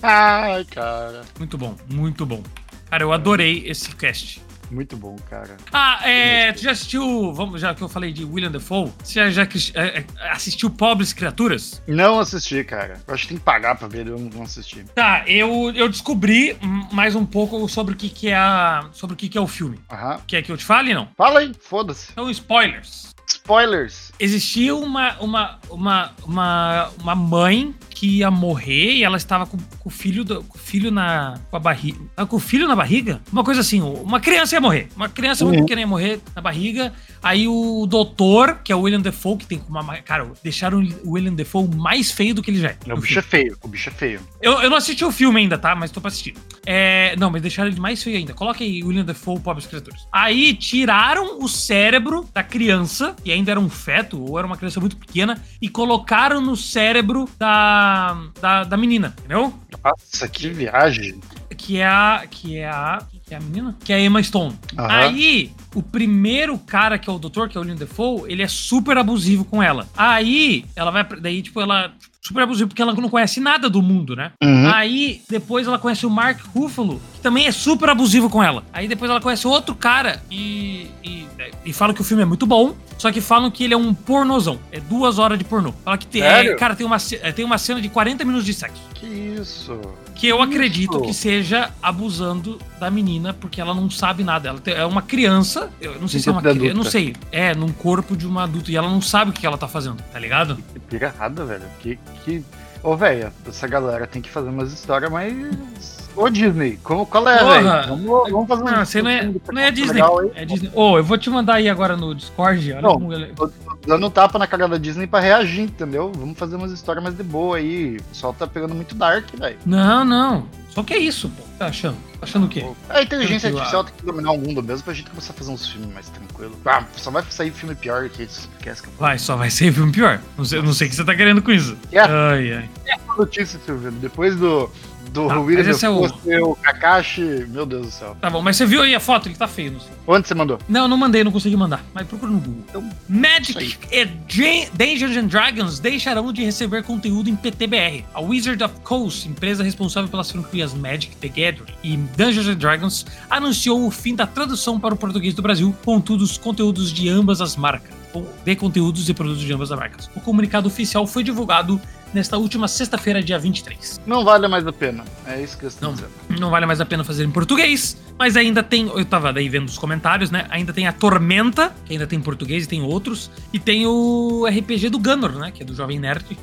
A: Ai, cara.
B: Muito bom, muito bom. Cara, eu adorei esse cast.
A: Muito bom, cara.
B: Ah, é, tu já assistiu, vamos, já que eu falei de William Defoe, você já, já que- é, é, assistiu Pobres Criaturas?
A: Não assisti, cara. Eu acho que tem que pagar pra ver, eu não não assisti.
B: Tá, eu, eu descobri hum, mais um pouco sobre o que, que é a, sobre o que, que é o filme.
A: Aham.
B: Quer que eu te fale, não?
A: Fala aí, foda-se.
B: Então, spoilers.
A: Spoilers.
B: Existia uma, uma, uma, uma, uma mãe que ia morrer e ela estava com, com o filho do, com o filho na com a barriga. Com o filho na barriga? Uma coisa assim, uma criança ia morrer. Uma criança muito
A: Uhum.
B: pequena ia morrer na barriga. Aí o doutor, que é o William Defoe, que tem uma. ma- Cara, deixaram o William Defoe mais feio do que ele já é.
A: O
B: no filme.
A: bicho é feio, o bicho é feio.
B: Eu, eu não assisti o filme ainda, tá? Mas tô pra assistir. É, não, mas deixaram ele mais feio ainda. Coloca aí William Defoe, Pobres Criaturas. Aí tiraram o cérebro da criança, que ainda era um feto, ou era uma criança muito pequena, e colocaram no cérebro da, da, da menina, entendeu?
A: Nossa, que viagem.
B: Que é a. Que é a. Que é a menina? Que é a Emma Stone.
A: Aham.
B: Aí, o primeiro cara que é o doutor, que é o William Defoe, ele é super abusivo com ela. Aí, ela vai. pra- Daí, tipo, ela. Super abusivo, porque ela não conhece nada do mundo, né?
A: Uhum.
B: Aí depois ela conhece o Mark Ruffalo, que também é super abusivo com ela. Aí depois ela conhece outro cara e, e, e falam que o filme é muito bom, só que falam que ele é um pornozão. É duas horas de pornô. Fala que tem,
A: Sério?
B: é, cara, tem uma, ce- é, tem uma cena de 40 minutos de sexo.
A: Que é isso?
B: Que eu
A: Isso.
B: acredito que seja abusando da menina, porque ela não sabe nada. Ela te- é uma criança, eu não sei
A: Um
B: se é uma
A: corpo de
B: criança, eu não
A: adulta.
B: sei. É, num corpo de uma adulta e ela não sabe o que ela tá fazendo, tá ligado?
A: Que pirarrada, velho. Que. que... Ô, velho, essa galera tem que fazer umas histórias mais. Ô, Disney, como, qual é,
B: Porra!
A: velho? Vamos, vamos fazer um
B: Não, você não é,
A: filme
B: não é Disney.
A: legal aí.
B: É Disney. Ô, eu vou te mandar aí agora no Discord. Olha
A: Não.
B: como ele-
A: Tô, tô dando um tapa na cara da Disney pra reagir, entendeu? Vamos fazer umas histórias mais de boa aí. O pessoal tá pegando muito dark, velho.
B: Não, não. Só que é isso, pô. Tá achando? Tá achando o quê?
A: A inteligência
B: Tranquilo.
A: artificial tem que dominar o mundo mesmo pra gente começar a fazer uns filmes mais tranquilos. Ah, só vai sair filme pior que isso. Esquece que eu
B: Vai, só vai ser filme pior. Não sei, não sei o que você tá querendo com isso.
A: É.
B: Ai, ai.
A: falo notícia, Silvio. Depois do, do
B: Tá,
A: William
B: mas esse é o-
A: Defoe ser o Kakashi, meu Deus do céu.
B: Tá bom, mas você viu aí a foto? Ele tá feio, não sei.
A: Onde você mandou?
B: Não, não mandei, não consegui mandar. Mas procura no Google.
A: Então,
B: Magic
A: isso
B: e Dra- Dungeons and Dragons deixarão de receber conteúdo em PTBR. A Wizard of Coast, empresa responsável pelas franquias Magic the Gathering e Dungeons and Dragons, anunciou o fim da tradução para o português do Brasil, contudo os conteúdos de ambas as marcas. ou De conteúdos e produtos de ambas as marcas. O comunicado oficial foi divulgado nesta última sexta-feira, dia 23.
A: Não vale mais a pena. É isso que eu estou
B: Não,
A: dizendo.
B: não vale mais a pena fazer em português, mas ainda tem. Eu tava daí vendo os comentários, né? Ainda tem a Tormenta, que ainda tem em português e tem outros. E tem o RPG do Gunner, né? Que é do Jovem Nerd, que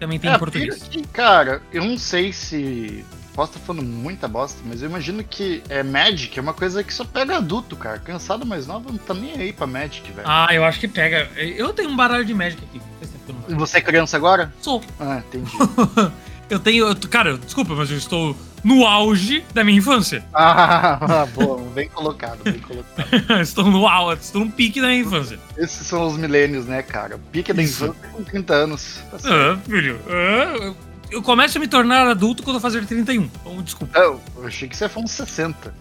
B: também tem
A: É,
B: em português.
A: pior que, cara, eu não sei se. Posso estar falando muita bosta, mas eu imagino que é Magic é uma coisa que só pega adulto, cara. Cansado mais nova não tá nem aí pra Magic, velho.
B: Ah, eu acho que pega. Eu tenho um baralho de Magic aqui. Faz tempo que eu não
A: E
B: jogo.
A: Você é criança agora?
B: Sou.
A: Ah, entendi.
B: Eu tenho. eu- cara, eu- desculpa, mas eu estou no auge da minha infância.
A: ah, boa, bem colocado, bem colocado.
B: estou no auge, estou no pique da minha infância.
A: Esses são os milênios, né, cara? Pique da
B: Isso.
A: infância com 30 anos. Tá certo.
B: Ah, filho. ah, eu- eu começo a me tornar adulto quando eu fazer 31. Então, desculpa.
A: Não, eu achei que você foi uns 60.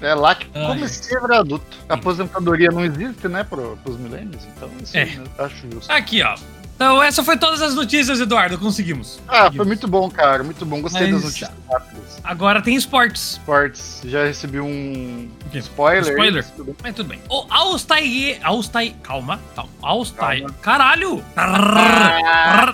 A: é lá que
B: Ai.
A: comecei a virar adulto. A aposentadoria não existe, né, pro, pros milênios, então isso
B: É.
A: eu acho justo.
B: Aqui, ó. Então, essa foi todas as notícias, Eduardo. Conseguimos.
A: Ah, foi muito bom, cara, muito bom. Gostei
B: Mas-
A: das notícias rápidas.
B: Agora tem esportes.
A: Esportes, já recebi um
B: O quê?
A: spoiler.
B: Spoiler?
A: Isso, tudo bem.
B: Mas tudo bem. O Alstai. Alstai. Calma, calma. Alstai.
A: Calma.
B: Caralho!
A: Ah,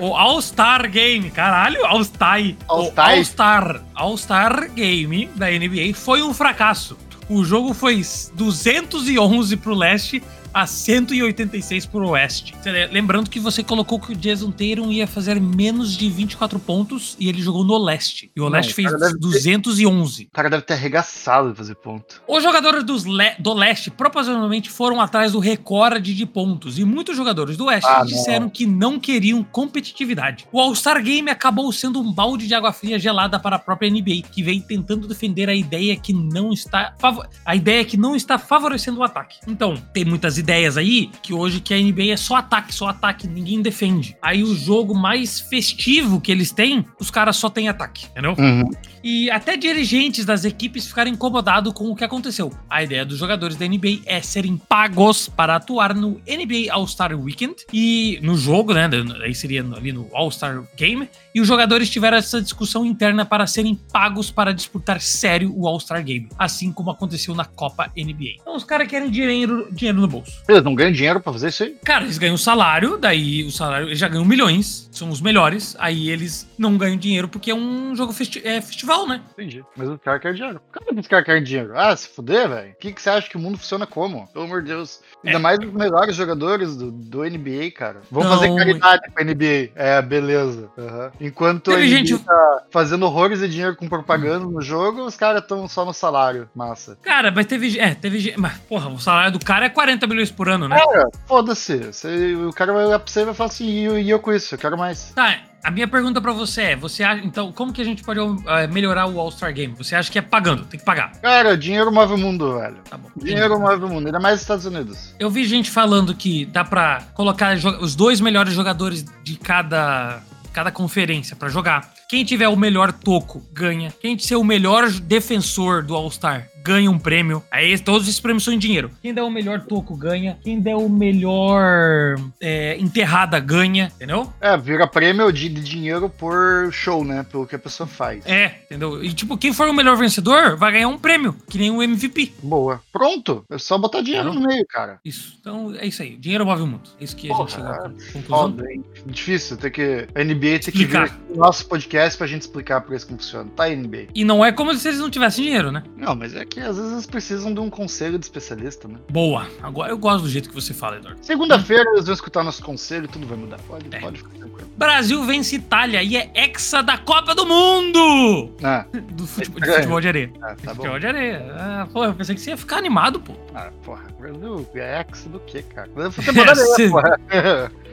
B: O All-Star Game, caralho, All-Star.
A: All-Star?
B: All-Star All Game da NBA foi um fracasso. O jogo foi 211 pro leste a 186 pro oeste. Lembrando que você colocou que o Jason Tatum ia fazer menos de 24 pontos e ele jogou no leste. E o
A: Não,
B: leste
A: o
B: fez
A: cara deve ter-
B: 211.
A: o cara deve ter arregaçado de fazer ponto.
B: Os jogadores dos le- do leste propositalmente foram atrás do recorde de pontos e muitos jogadores do oeste
A: Ah,
B: disseram que não queriam competitividade. O All-Star Game acabou sendo um balde de água fria gelada para a própria NBA, que vem tentando defender a ideia que não está favo- a ideia que não está favorecendo o ataque. Então, tem muitas ideias aí que hoje que a NBA é só ataque, só ataque, ninguém defende. Aí o jogo mais festivo que eles têm, os caras só têm ataque, entendeu?
A: Uhum.
B: E até dirigentes das equipes ficaram incomodados com o que aconteceu. A ideia dos jogadores da NBA é serem pagos para atuar no NBA All-Star Weekend e no jogo, né? Aí seria ali no All-Star Game. E os jogadores tiveram essa discussão interna para serem pagos para disputar sério o All-Star Game, assim como aconteceu na Copa NBA. Então os caras querem dinheiro, dinheiro no bolso.
A: Eles não ganham dinheiro pra fazer isso aí?
B: Cara, eles ganham um salário, daí o salário eles já ganham milhões, são os melhores, aí eles não ganham dinheiro porque é um jogo festi- é festival, né?
A: Entendi. Mas o cara quer dinheiro. Por que os caras querem dinheiro? Ah, se fuder, velho. O que, que você acha que o mundo funciona como? Pelo amor de Deus. Ainda
B: É.
A: mais os melhores jogadores do, do NBA, cara. Vão
B: Não.
A: fazer caridade pra NBA. É, beleza. Aham. Enquanto a
B: Teve
A: NBA
B: gente-
A: tá fazendo horrores de dinheiro com propaganda no jogo, os caras estão só no salário. Massa.
B: Cara, mas teve. É, teve. ge- Mas, porra, o salário do cara é 40 milhões por ano, né?
A: Cara, foda-se. Você- O cara vai olhar pra você e vai falar assim, e eu, e eu com isso, eu quero mais.
B: Tá, a minha pergunta pra você é: você acha. Então, como que a gente pode eh, melhorar o All-Star Game? Você acha que é pagando, tem que pagar.
A: Cara, dinheiro move o mundo, velho.
B: Tá bom.
A: Dinheiro move o mundo, ainda mais nos Estados Unidos.
B: Eu vi gente falando que dá pra colocar jo- os dois melhores jogadores de cada. Cada conferência pra jogar. Quem tiver o melhor toco ganha. Quem ser o melhor defensor do All-Star ganha um prêmio. Aí todos esses prêmios são em dinheiro. Quem der o melhor toco ganha. Quem der o melhor eh, enterrada ganha. Entendeu?
A: É, vira prêmio de de dinheiro por show, né? Pelo que a pessoa faz.
B: É, entendeu? E tipo, quem for o melhor vencedor vai ganhar um prêmio, que nem o MVP.
A: Boa. Pronto. É só botar dinheiro no meio, cara.
B: Isso. Então é isso aí. Dinheiro move o mundo. É isso que a
A: Porra,
B: gente chegou à conclusão.
A: Foda, hein? Difícil ter que. A NBA tem que vir
B: Explicar.
A: aqui no nosso podcast pra gente explicar pra eles como funciona. Tá, NBA?
B: E não é como se eles não tivessem dinheiro, né?
A: Não, mas é que às vezes eles precisam de um conselho de especialista, né?
B: Boa. Agora eu gosto do jeito que você fala, Eduardo.
A: Segunda-feira eles vão escutar nosso conselho e tudo vai mudar. Pode,
B: É.
A: pode ficar tranquilo.
B: Brasil vence Itália e é hexa da Copa do Mundo!
A: Ah,
B: Do futebol,
A: É.
B: de futebol de areia.
A: ah, tá bom.
B: futebol de areia. Ah, pô, eu pensei que você ia ficar animado, pô.
A: Ah, porra. Brasil é ex do quê, cara? Mas é foi
B: É,
A: temporada aí,
B: Sim.
A: porra.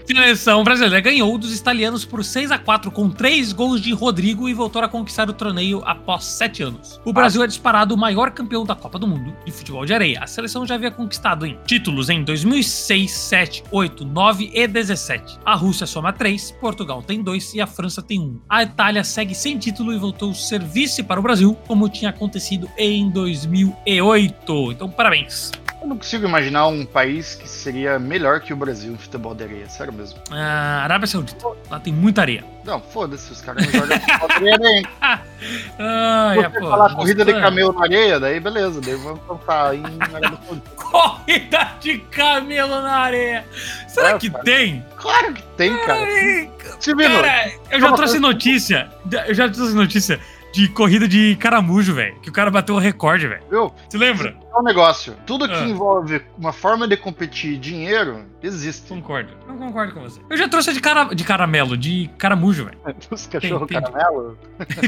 B: Seleção brasileira ganhou dos italianos por 6 a 4 com três gols de Rodrigo e voltou a conquistar o torneio após sete anos. O Brasil é disparado o maior campeão da Copa do Mundo de futebol de areia. A seleção já havia conquistado em títulos em 2006, 7, 8, 9 e 17. A Rússia soma 3, Portugal tem 2 e a França tem 1. A Itália segue sem título e voltou ser vice para o Brasil, como tinha acontecido em 2008. Então, parabéns.
A: Eu não consigo imaginar um país que seria melhor que o Brasil no futebol de areia, sério mesmo.
B: Ah, Arábia Saudita. Lá tem muita areia.
A: Não, foda-se, os caras não jogam futebol de areia nem. Se
B: Ah,
A: você
B: é, pô,
A: falar corrida de
B: mostrando.
A: camelo na areia, daí beleza, daí vamos contar em Arábia Saudita.
B: Corrida de camelo na areia. Será
A: É,
B: que
A: cara.
B: tem?
A: Claro que tem, cara.
B: Ai,
A: Divino,
B: Cara, eu já trouxe notícia. Eu já trouxe notícia de corrida de caramujo, velho. Que o cara bateu o recorde, velho.
A: viu?
B: Você lembra?
A: É um negócio. Tudo que
B: Ah.
A: envolve uma forma de competir e dinheiro, existe.
B: Concordo. Não concordo com você. Eu já trouxe de, cara, de caramelo, de caramujo, velho.
A: Os cachorro
B: Entendi.
A: caramelo.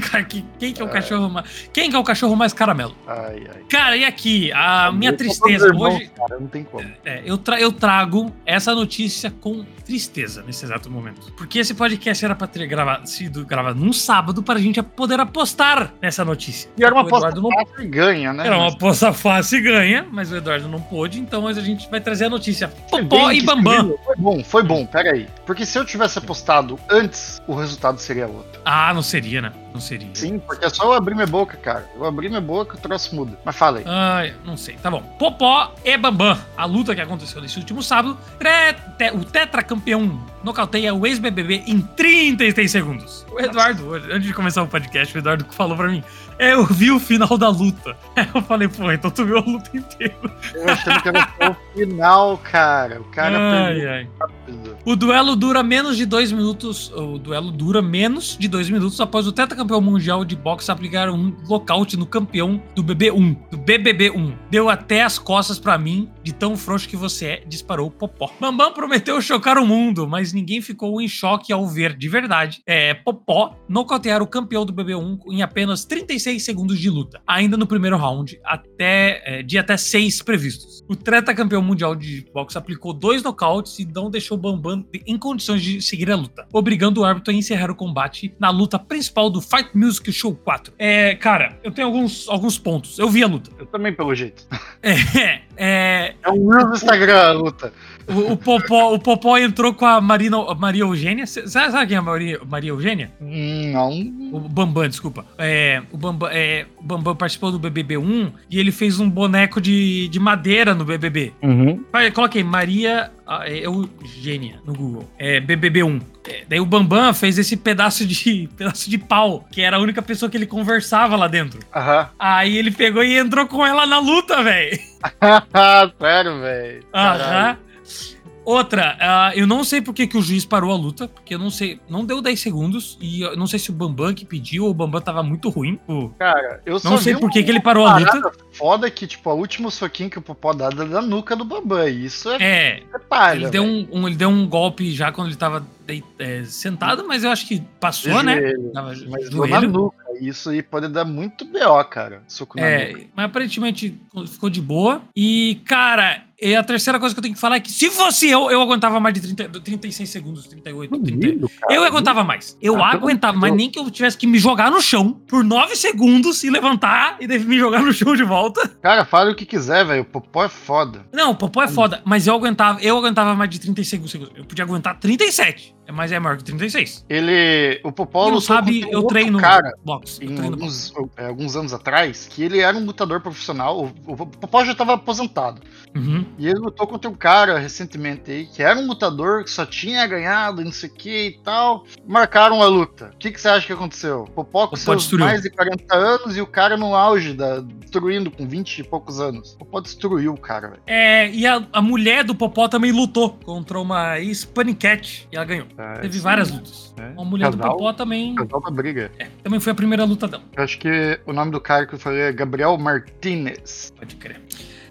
B: Cara, que- Quem que é o cachorro mais. Quem que é o cachorro mais caramelo?
A: Ai, ai.
B: Cara, e aqui? A minha
A: Eu tô
B: tristeza.
A: com meus irmãos,
B: Hoje,
A: Cara, não tem como.
B: É, eu, tra- eu trago essa notícia com tristeza nesse exato momento. Porque esse podcast era pra ter grava- sido gravado num sábado para a gente poder apostar nessa notícia.
A: E era uma
B: O
A: aposta
B: Eduardo não-
A: fácil e ganha, né?
B: Era uma aposta fácil e ganha, mas o Eduardo não pôde, então hoje a gente vai trazer a notícia.
A: Foi
B: Popó
A: É bem
B: e
A: que
B: Bambam.
A: escreveu. Foi bom, foi bom, peraí. Porque se eu tivesse apostado antes, o resultado seria outro.
B: Ah, não seria, né? Não seria.
A: Sim, porque é só eu abrir minha boca, cara. Eu abri minha boca, o troço muda. Mas falei.
B: Ai, não sei. Tá bom. Popó e Bambam. A luta que aconteceu nesse último sábado. Tre- te- o tetracampeão nocauteia o ex-BBB em 33 segundos. O Eduardo, antes de começar o podcast, o Eduardo falou pra mim: "É, Eu vi o final da luta. Eu falei: Pô, então tu viu a luta inteira.
A: Eu achando que era só o final, cara. O cara
B: ai,
A: perdeu
B: ai.
A: rápido.
B: O duelo dura menos de dois minutos. O duelo dura menos de dois minutos após o tetracampeão mundial de boxe aplicar um lockout no campeão do BB1. Do BBB1. Deu até as costas pra mim, de tão frouxo que você é, disparou o Popó. Bambam prometeu chocar o mundo, mas ninguém ficou em choque ao ver de verdade. É, Popó nocautear o campeão do BB1 em apenas 36 segundos de luta, ainda no primeiro round, até, é, de até seis previstos. O treta campeão mundial de boxe aplicou dois nocautes e não deixou Bambam em condições de seguir a luta, obrigando o árbitro a encerrar o combate na luta principal do Fight Music Show 4. É, cara, eu tenho alguns, alguns pontos. Eu vi a luta.
A: Eu também, pelo jeito.
B: É, é,
A: É um Reels do Instagram a luta.
B: o, o Popó, o Popó entrou com a Marina, a Maria Eugênia. Cê- Sabe, sabe quem é a Maria, Maria Eugênia?
A: Hum, Não.
B: O Bambam, desculpa. É, o, Bambam, é, o Bambam participou do BBB1 e ele fez um boneco de, de madeira no BBB.
A: Uhum.
B: Vai, Coloquei Maria ah, é, Eugênia no Google. É, BBB1. É, daí o Bambam fez esse pedaço de, pedaço de pau, que era a única pessoa que ele conversava lá dentro.
A: Aham.
B: Aí ele pegou e entrou com ela na luta, velho.
A: Sério, velho.
B: Aham. tá. Outra, ah, eu não sei por que, que o juiz parou a luta, porque eu não sei, não deu 10 segundos, e eu não sei se o Bambam que pediu ou o Bambam tava muito ruim. pô.
A: Cara, eu só
B: Não sei
A: vi
B: por que,
A: uma-
B: que ele parou a luta.
A: parada né? Foda que, tipo, o último soquinho que o Popó dá é da nuca do Bambam. e Isso é,
B: É,
A: é palha.
B: ele deu,
A: velho.
B: um, um- ele deu um golpe já quando ele tava dei- é, sentado, mas eu acho que
A: De
B: passou, né?
A: joelho,
B: Tava
A: Mas deu na
B: joelho.
A: nuca. Isso aí pode dar muito BO, cara. Soco na
B: É,
A: nuca.
B: mas aparentemente ficou de boa. E, cara, e a terceira coisa que eu tenho que falar é que se fosse eu, eu aguentava mais de 30, 36 segundos, 38, 30,
A: Duvido, cara.
B: Eu aguentava mais. Eu
A: Ah, pelo
B: aguentava, mas
A: Deus.
B: nem que eu tivesse que me jogar no chão por nove segundos e levantar e deve me jogar no chão de volta.
A: Cara, fala o que quiser, velho. O Popó é foda.
B: Não, o Popó é foda, mas eu aguentava, eu aguentava mais de 35 segundos. Eu podia aguentar 37, é- mas é maior que 36.
A: Ele. O Popó
B: Quem não
A: lutou
B: sabe,
A: contra um
B: eu
A: outro
B: treino
A: Cara.
B: boxe. Eu
A: Em
B: treino boxe.
A: alguns, é, alguns anos atrás, que ele era um lutador profissional, o, o Popó já tava aposentado.
B: Uhum.
A: E ele lutou contra um cara recentemente aí, que era um lutador que só tinha ganhado, não sei o que e tal. Marcaram a luta. O que, que você acha que aconteceu? Popó com
B: Popó
A: seus
B: destruiu.
A: mais de 40 anos e o cara no auge, da, destruindo com 20 e poucos anos. Popó destruiu o cara, velho.
B: É, e a, a mulher do Popó também lutou contra uma ex-paniquete e ela ganhou. Teve várias lutas.
A: É.
B: A mulher do
A: Casal.
B: Popó É. também,
A: Casal da briga.
B: também foi a primeira luta dela.
A: Eu acho que o nome do cara que eu falei é Gabriel Martinez.
B: Pode crer.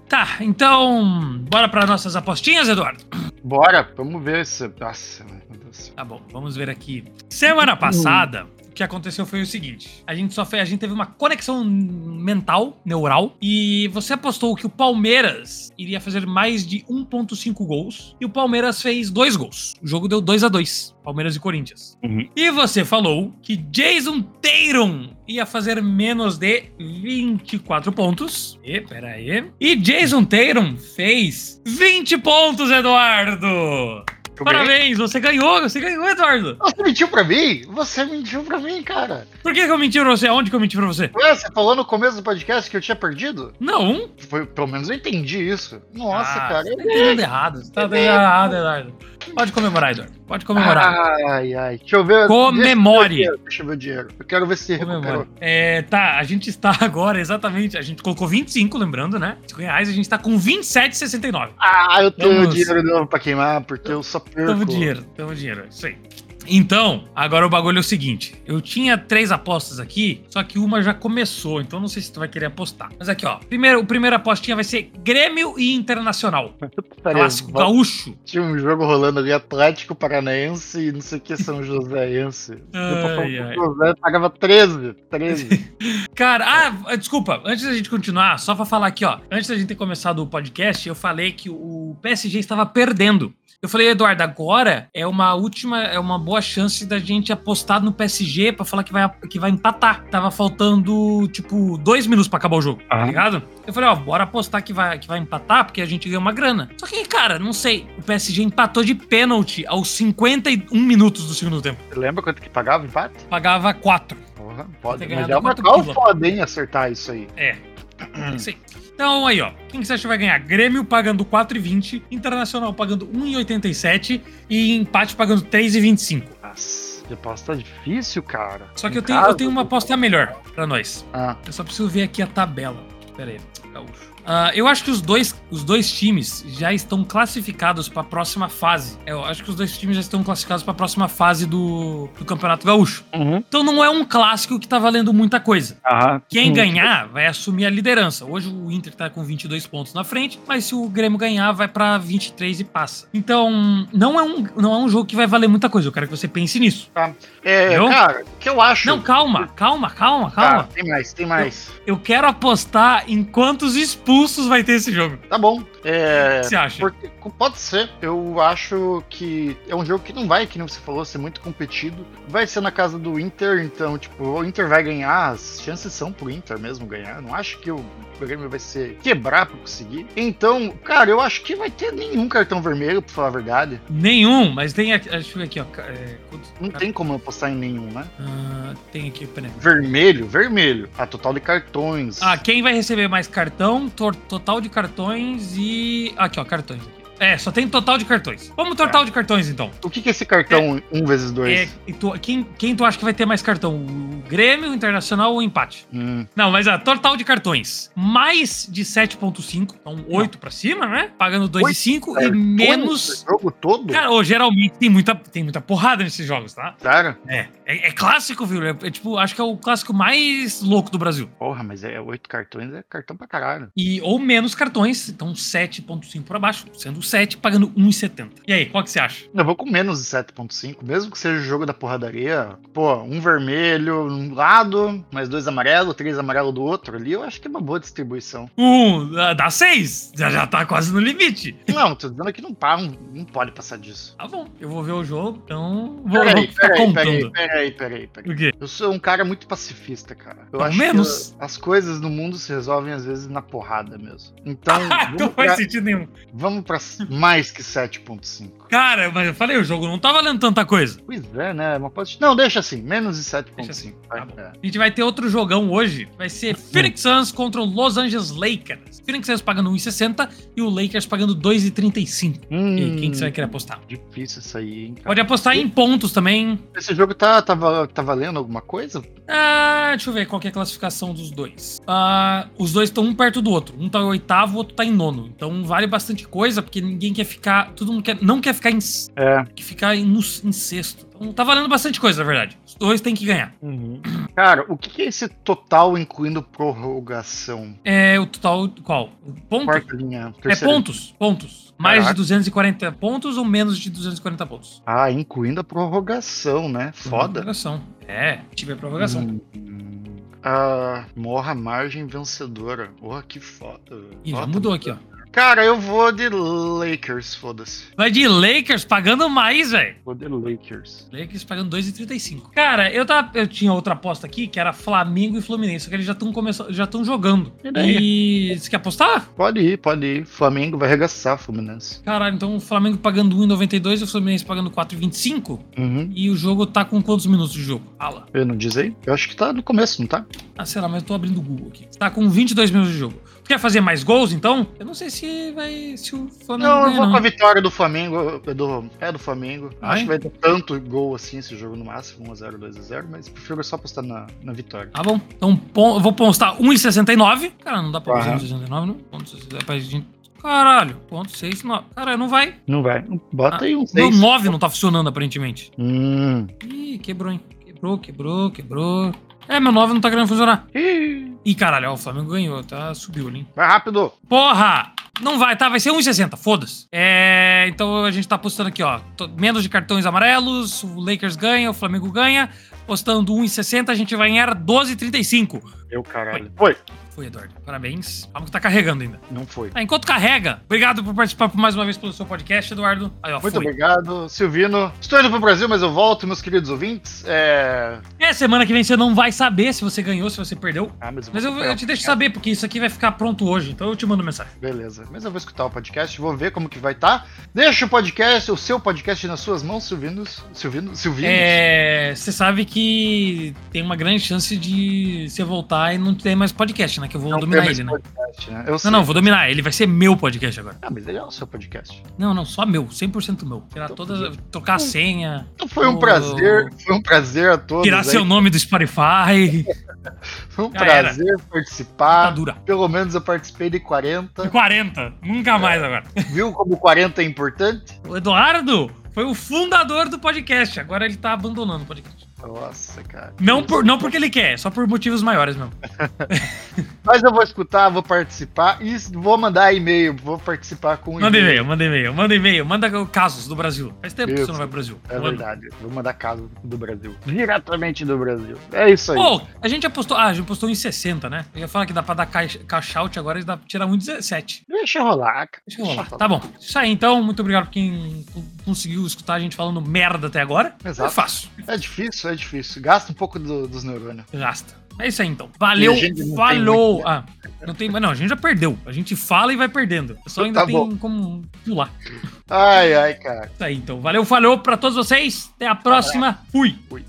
B: Tá, então, bora para nossas apostinhas, Eduardo?
A: Bora, vamos ver se. Nossa, meu Deus. do céu.
B: Tá bom, vamos ver aqui. Semana passada, o que aconteceu foi o seguinte: a gente só fez, a gente teve uma conexão mental, neural, e você apostou que o Palmeiras iria fazer mais de 1.5 gols, e o Palmeiras fez dois gols. O jogo deu 2 a 2 Palmeiras e Corinthians.
A: Uhum.
B: E você falou que Jason Tatum ia fazer menos de 24 pontos. E pera aí. E Jason Tatum fez 20 pontos, Eduardo.
A: Eu ganhei?
B: Parabéns, você ganhou, você ganhou, Eduardo.
A: Você mentiu pra mim? Você mentiu pra mim, cara.
B: Por que, que eu menti pra você? Onde que eu menti pra você?
A: Ué, você falou no começo do podcast que eu tinha perdido?
B: Não. um?
A: Foi, pelo menos eu entendi isso. Nossa,
B: Ah,
A: cara.
B: Você tá entendendo errado. Você tá entendendo errado, Eduardo. Pode comemorar, Eduardo. Pode comemorar.
A: Ai, ai. Deixa Ah, eu ver.
B: Comemore.
A: Deixa eu ver o é. dinheiro, Deixa eu ver o dinheiro. Eu quero ver se recuperou.
B: Comemora. É, tá, a gente está agora exatamente. A gente colocou 25, lembrando, né? 5 reais, a gente tá com 27,69.
A: Ah, eu tenho
B: Vamos.
A: dinheiro de novo pra queimar, porque eu só perco.
B: Tamo dinheiro, tamo dinheiro, é isso aí. Então, agora o bagulho é o seguinte: eu tinha três apostas aqui, só que uma já começou, então não sei se tu vai querer apostar. Mas aqui, ó, primeiro, o primeiro apostinha vai ser Grêmio e Internacional.
A: Peraí,
B: clássico
A: volta-
B: gaúcho.
A: Tinha um jogo rolando ali, Atlético Paranaense e não sei o que, São Joséense. Eu tô falando
B: Ai,
A: que
B: ai.
A: o José pagava 13, 13.
B: Cara, ah, desculpa, antes da gente continuar, só pra falar aqui, ó. Antes da gente ter começado o podcast, eu falei que o PSG estava perdendo. Eu falei, Eduardo, agora é uma última, é uma boa chance da gente apostar no PSG pra falar que vai, que vai empatar. Tava faltando, tipo, dois minutos pra acabar o jogo, tá
A: Aham.
B: ligado? Eu falei, ó, bora apostar que vai, que vai empatar, porque a gente ganha uma grana. Só que, cara, não sei, o PSG empatou de pênalti aos 51 minutos do segundo tempo.
A: Você lembra quanto que pagava o empate?
B: Pagava quatro.
A: Porra, pode.
B: ter
A: Mas
B: ganhado
A: é uma
B: quatro
A: qual
B: pila.
A: foda, hein, acertar isso aí.
B: É. É isso aí. Então aí, ó. Quem que você acha que vai ganhar? Grêmio pagando 4,20, Internacional pagando 1,87 e empate pagando 3,25.
A: Nossa, que aposta difícil, cara.
B: Só que
A: Em
B: eu tenho, eu
A: casa,
B: tenho uma aposta melhor pra nós.
A: Ah.
B: Eu só preciso ver aqui a tabela. Pera aí. Gaúcho. Ah, eu acho que os dois, os dois times já estão classificados pra próxima fase. É, Eu acho que os dois times já estão classificados pra próxima fase do, do Campeonato Gaúcho.
A: Uhum.
B: Então não é um clássico que tá valendo muita coisa.
A: Aham.
B: Quem ganhar vai assumir a liderança. Hoje o Inter tá com 22 pontos na frente, mas se o Grêmio ganhar, vai pra 23 e passa. Então, não é um, não é um jogo que vai valer muita coisa. Eu quero que você pense nisso.
A: É,
B: Não?
A: cara, o que eu acho.
B: Não, calma, calma, calma,
A: Tá,
B: calma.
A: tem mais, tem mais.
B: Eu quero apostar em quantos expulsos vai ter esse jogo.
A: Tá bom. É.
B: O que você acha?
A: Porque, pode ser, eu acho que é um jogo que não vai, que nem você falou, ser muito competido. Vai ser na casa do Inter, então, tipo, o Inter vai ganhar, as chances são pro Inter mesmo ganhar. Eu não acho que o Grêmio vai ser quebrar pra conseguir. Então, cara, eu acho que vai ter nenhum cartão vermelho, pra falar a verdade.
B: Nenhum, mas tem aqui. ah, Deixa eu ver aqui, ó. ca- é, quantos-
A: Não tem como apostar em nenhum, né?
B: Ah, tem aqui, peraí.
A: Vermelho, vermelho. A total de cartões.
B: Ah, quem vai receber mais cartão, tor- total de cartões e. Aqui, ó, cartões. Aqui. É, só tem total de cartões. Vamos
A: Tá.
B: total de cartões então.
A: O que, que é esse cartão 1 vezes 2?
B: É, e tu- quem, quem tu acha que vai ter mais cartão? O Grêmio, o Internacional ou o empate?
A: Hum,
B: Não, mas a total de cartões. Mais de 7.5, então 8 pra cima, né? Pagando 2,5 e
A: Oito,
B: menos...
A: O jogo todo?
B: Cara, ô, geralmente tem muita, tem muita porrada nesses jogos, tá?
A: Cara,
B: É, é, é clássico, viu? É, é tipo, acho que é o clássico mais louco do Brasil.
A: porra, mas é oito cartões, é cartão pra caralho.
B: E ou menos cartões, então 7.5 pra baixo, sendo 7, pagando 1,70. E aí, qual que você acha?
A: Eu vou com menos de 7.5, mesmo que seja o jogo da porradaria. Pô, um vermelho um lado, mais dois amarelo, três amarelo do outro ali, eu acho que é uma boa distribuição.
B: Um, ah, dá 6. Já, já tá quase no limite.
A: Não, tô dizendo que não, pa- não, não pode passar disso.
B: Tá bom, eu vou ver o jogo, então vou, vou
A: Peraí, peraí,
B: ficar
A: peraí,
B: contando.
A: peraí, peraí, peraí.
B: O quê?
A: Eu sou um cara muito pacifista, cara. Eu
B: Pelo
A: acho
B: menos.
A: que as coisas no mundo se resolvem às vezes na porrada mesmo. Então,
B: Ah,
A: vamos,
B: não faz
A: pra,
B: sentido nenhum.
A: vamos pra mais que 7.5.
B: Cara, mas eu falei, o jogo não tá valendo tanta coisa.
A: Pois é, né? É Uma post... Não, deixa assim, menos de 7.5.
B: Deixa assim,
A: vai,
B: tá bom.
A: é.
B: A gente vai ter outro jogão hoje. Vai ser Phoenix Suns contra o Los Angeles Lakers. Phoenix Suns pagando 1,60 e o Lakers pagando 2,35. E aí, quem que você vai querer apostar?
A: Hum, Difícil isso aí, hein, cara.
B: Pode apostar em pontos também.
A: Esse jogo tá, tá, val- tá valendo alguma coisa?
B: Ah, deixa eu ver qual que é a classificação dos dois. Ah, os dois estão um perto do outro. Um tá em oitavo, o outro tá em nono. Então vale bastante coisa, porque ninguém quer ficar. Todo mundo quer, não quer ficar em
A: É.
B: que ficar em, no- em sexto. Então tá valendo bastante coisa, na verdade. Os dois tem que ganhar.
A: Uhum. Cara, o que, que é esse total incluindo prorrogação?
B: É o total. Qual? O ponto?
A: Quarta linha,
B: é
A: terceira.
B: pontos. Pontos. Mais
A: Caraca.
B: de 240 pontos ou menos de 240 pontos?
A: Ah, incluindo a prorrogação, né? Foda.
B: Prorrogação. É, tiver Uhum. prorrogação.
A: Hum. Ah, morra a margem vencedora. Porra, que foda. velho.
B: Ih,
A: Ó,
B: já
A: tá
B: mudou aqui, ó.
A: Cara, eu vou de Lakers, foda-se.
B: Vai de Lakers pagando mais, velho.
A: Vou de Lakers.
B: Lakers pagando 2,35. Cara, eu, tava, eu tinha outra aposta aqui que era Flamengo e Fluminense, só que eles já estão começando, já estão jogando.
A: E daí?
B: E você quer apostar?
A: Pode ir, pode ir. Flamengo vai arregaçar, Fluminense.
B: Caralho, então o Flamengo pagando 1,92 e o Fluminense pagando 4,25.
A: Uhum.
B: E o jogo tá com quantos minutos de jogo? Fala.
A: Eu não diz aí? Eu acho que tá no começo, não tá?
B: Ah, sei lá, mas eu tô abrindo o Google aqui. Tá com 22 minutos de jogo. Tu quer fazer mais gols, então? Eu não sei se vai. Se o Flamengo.
A: Não, eu
B: ganha,
A: vou
B: não. Ah,
A: com a vitória do Flamengo. é Do, é do Flamengo.
B: Vai?
A: Acho que vai ter tanto gol assim esse jogo no máximo, 1x0, 2x0, mas prefiro só apostar na, na vitória.
B: Tá bom. Então pon- eu vou postar 1,69. Cara, não dá pra postar
A: Aham.
B: 1,69, não? Ponto, dá pra gente- Caralho, ponto 69. Cara, não vai.
A: Não vai. Bota
B: Ah,
A: aí um
B: Meu
A: 6.
B: 9 não tá funcionando, aparentemente.
A: Hum.
B: Ih, quebrou, hein? Quebrou, quebrou, quebrou. É, meu 9 não tá querendo funcionar.
A: Ih,
B: Ih, caralho, ó, o Flamengo ganhou, tá? Subiu ali, hein?
A: vai rápido.
B: Porra! Não vai, tá? Vai ser 1,60, foda-se. É, então a gente tá postando aqui, ó. to- Menos de cartões amarelos, o Lakers ganha, o Flamengo ganha. Postando 1,60, a gente vai ganhar 12,35.
A: Meu caralho. Foi.
B: Foi, Eduardo. Parabéns. Calma que tá carregando ainda.
A: Não foi.
B: Ah, enquanto carrega, obrigado por participar mais uma vez pelo seu podcast, Eduardo. Aí, ó,
A: Muito
B: foi.
A: obrigado, Silvino. Estou indo pro Brasil, mas eu volto, meus queridos ouvintes. É.
B: É, semana que vem você não vai saber se você ganhou, se você perdeu.
A: Ah, mas eu,
B: Mas eu, eu te deixo
A: saber.
B: saber, porque isso aqui vai ficar pronto hoje, então eu te mando mensagem.
A: Beleza. Mas eu vou escutar o podcast, vou ver como que vai estar. Deixa o podcast, o seu podcast nas suas mãos, Silvinos. Silvino, Silvinos.
B: É, você sabe que tem uma grande chance de você voltar e não ter mais podcast, né? Que eu vou
A: Não
B: dominar
A: tem mais
B: ele, né?
A: podcast, né? Eu sei.
B: Não, não, vou dominar. Ele vai ser meu podcast agora.
A: Ah, mas ele é o seu podcast.
B: Não, não, só meu, 100% meu. Tirar
A: Então,
B: todas, trocar a senha,
A: Então foi um
B: Oh.
A: prazer, foi um prazer a todos.
B: tirar
A: aí.
B: seu nome do Spotify.
A: Foi um
B: Já era.
A: prazer
B: Tá
A: participar.
B: dura.
A: Pelo menos eu participei de 40.
B: 40, nunca mais agora.
A: Viu como 40 é importante?
B: O Eduardo foi o fundador do podcast, agora ele tá abandonando o podcast.
A: Nossa, cara.
B: Não, por, não porque ele quer, é só por motivos maiores mesmo.
A: Mas eu vou escutar, vou participar e vou mandar e-mail. Vou participar com o
B: Manda e-mail, manda e-mail, manda e-mail, manda casos do Brasil. Faz tempo que você
A: Isso.
B: não vai pro Brasil.
A: É
B: Manda.
A: verdade. Vou mandar caso do Brasil. Diretamente do Brasil. É isso aí.
B: Pô, a gente apostou. Ah, a gente apostou em 60, né? Eu ia falar que dá pra dar caixa- cash-out agora e dá pra tirar 1,17.
A: Deixa rolar, cara.
B: Deixa eu rolar.
A: rolar.
B: Tá bom. Isso aí, então. Muito obrigado por quem c- conseguiu escutar a gente falando merda até agora.
A: Exato.
B: É fácil.
A: É difícil, é difícil. Gasta um pouco do- dos neurônios.
B: Gasta. É isso aí, então. Valeu.
A: E a gente não tem
B: Falou. Ah, não tem mais. Não, a gente já perdeu. A gente fala e vai perdendo. Só ainda
A: Tá
B: tem
A: bom.
B: como pular.
A: Ai, ai, cara.
B: Isso aí, então. Valeu, falou pra todos vocês. Até a próxima. Fui.
A: Fui.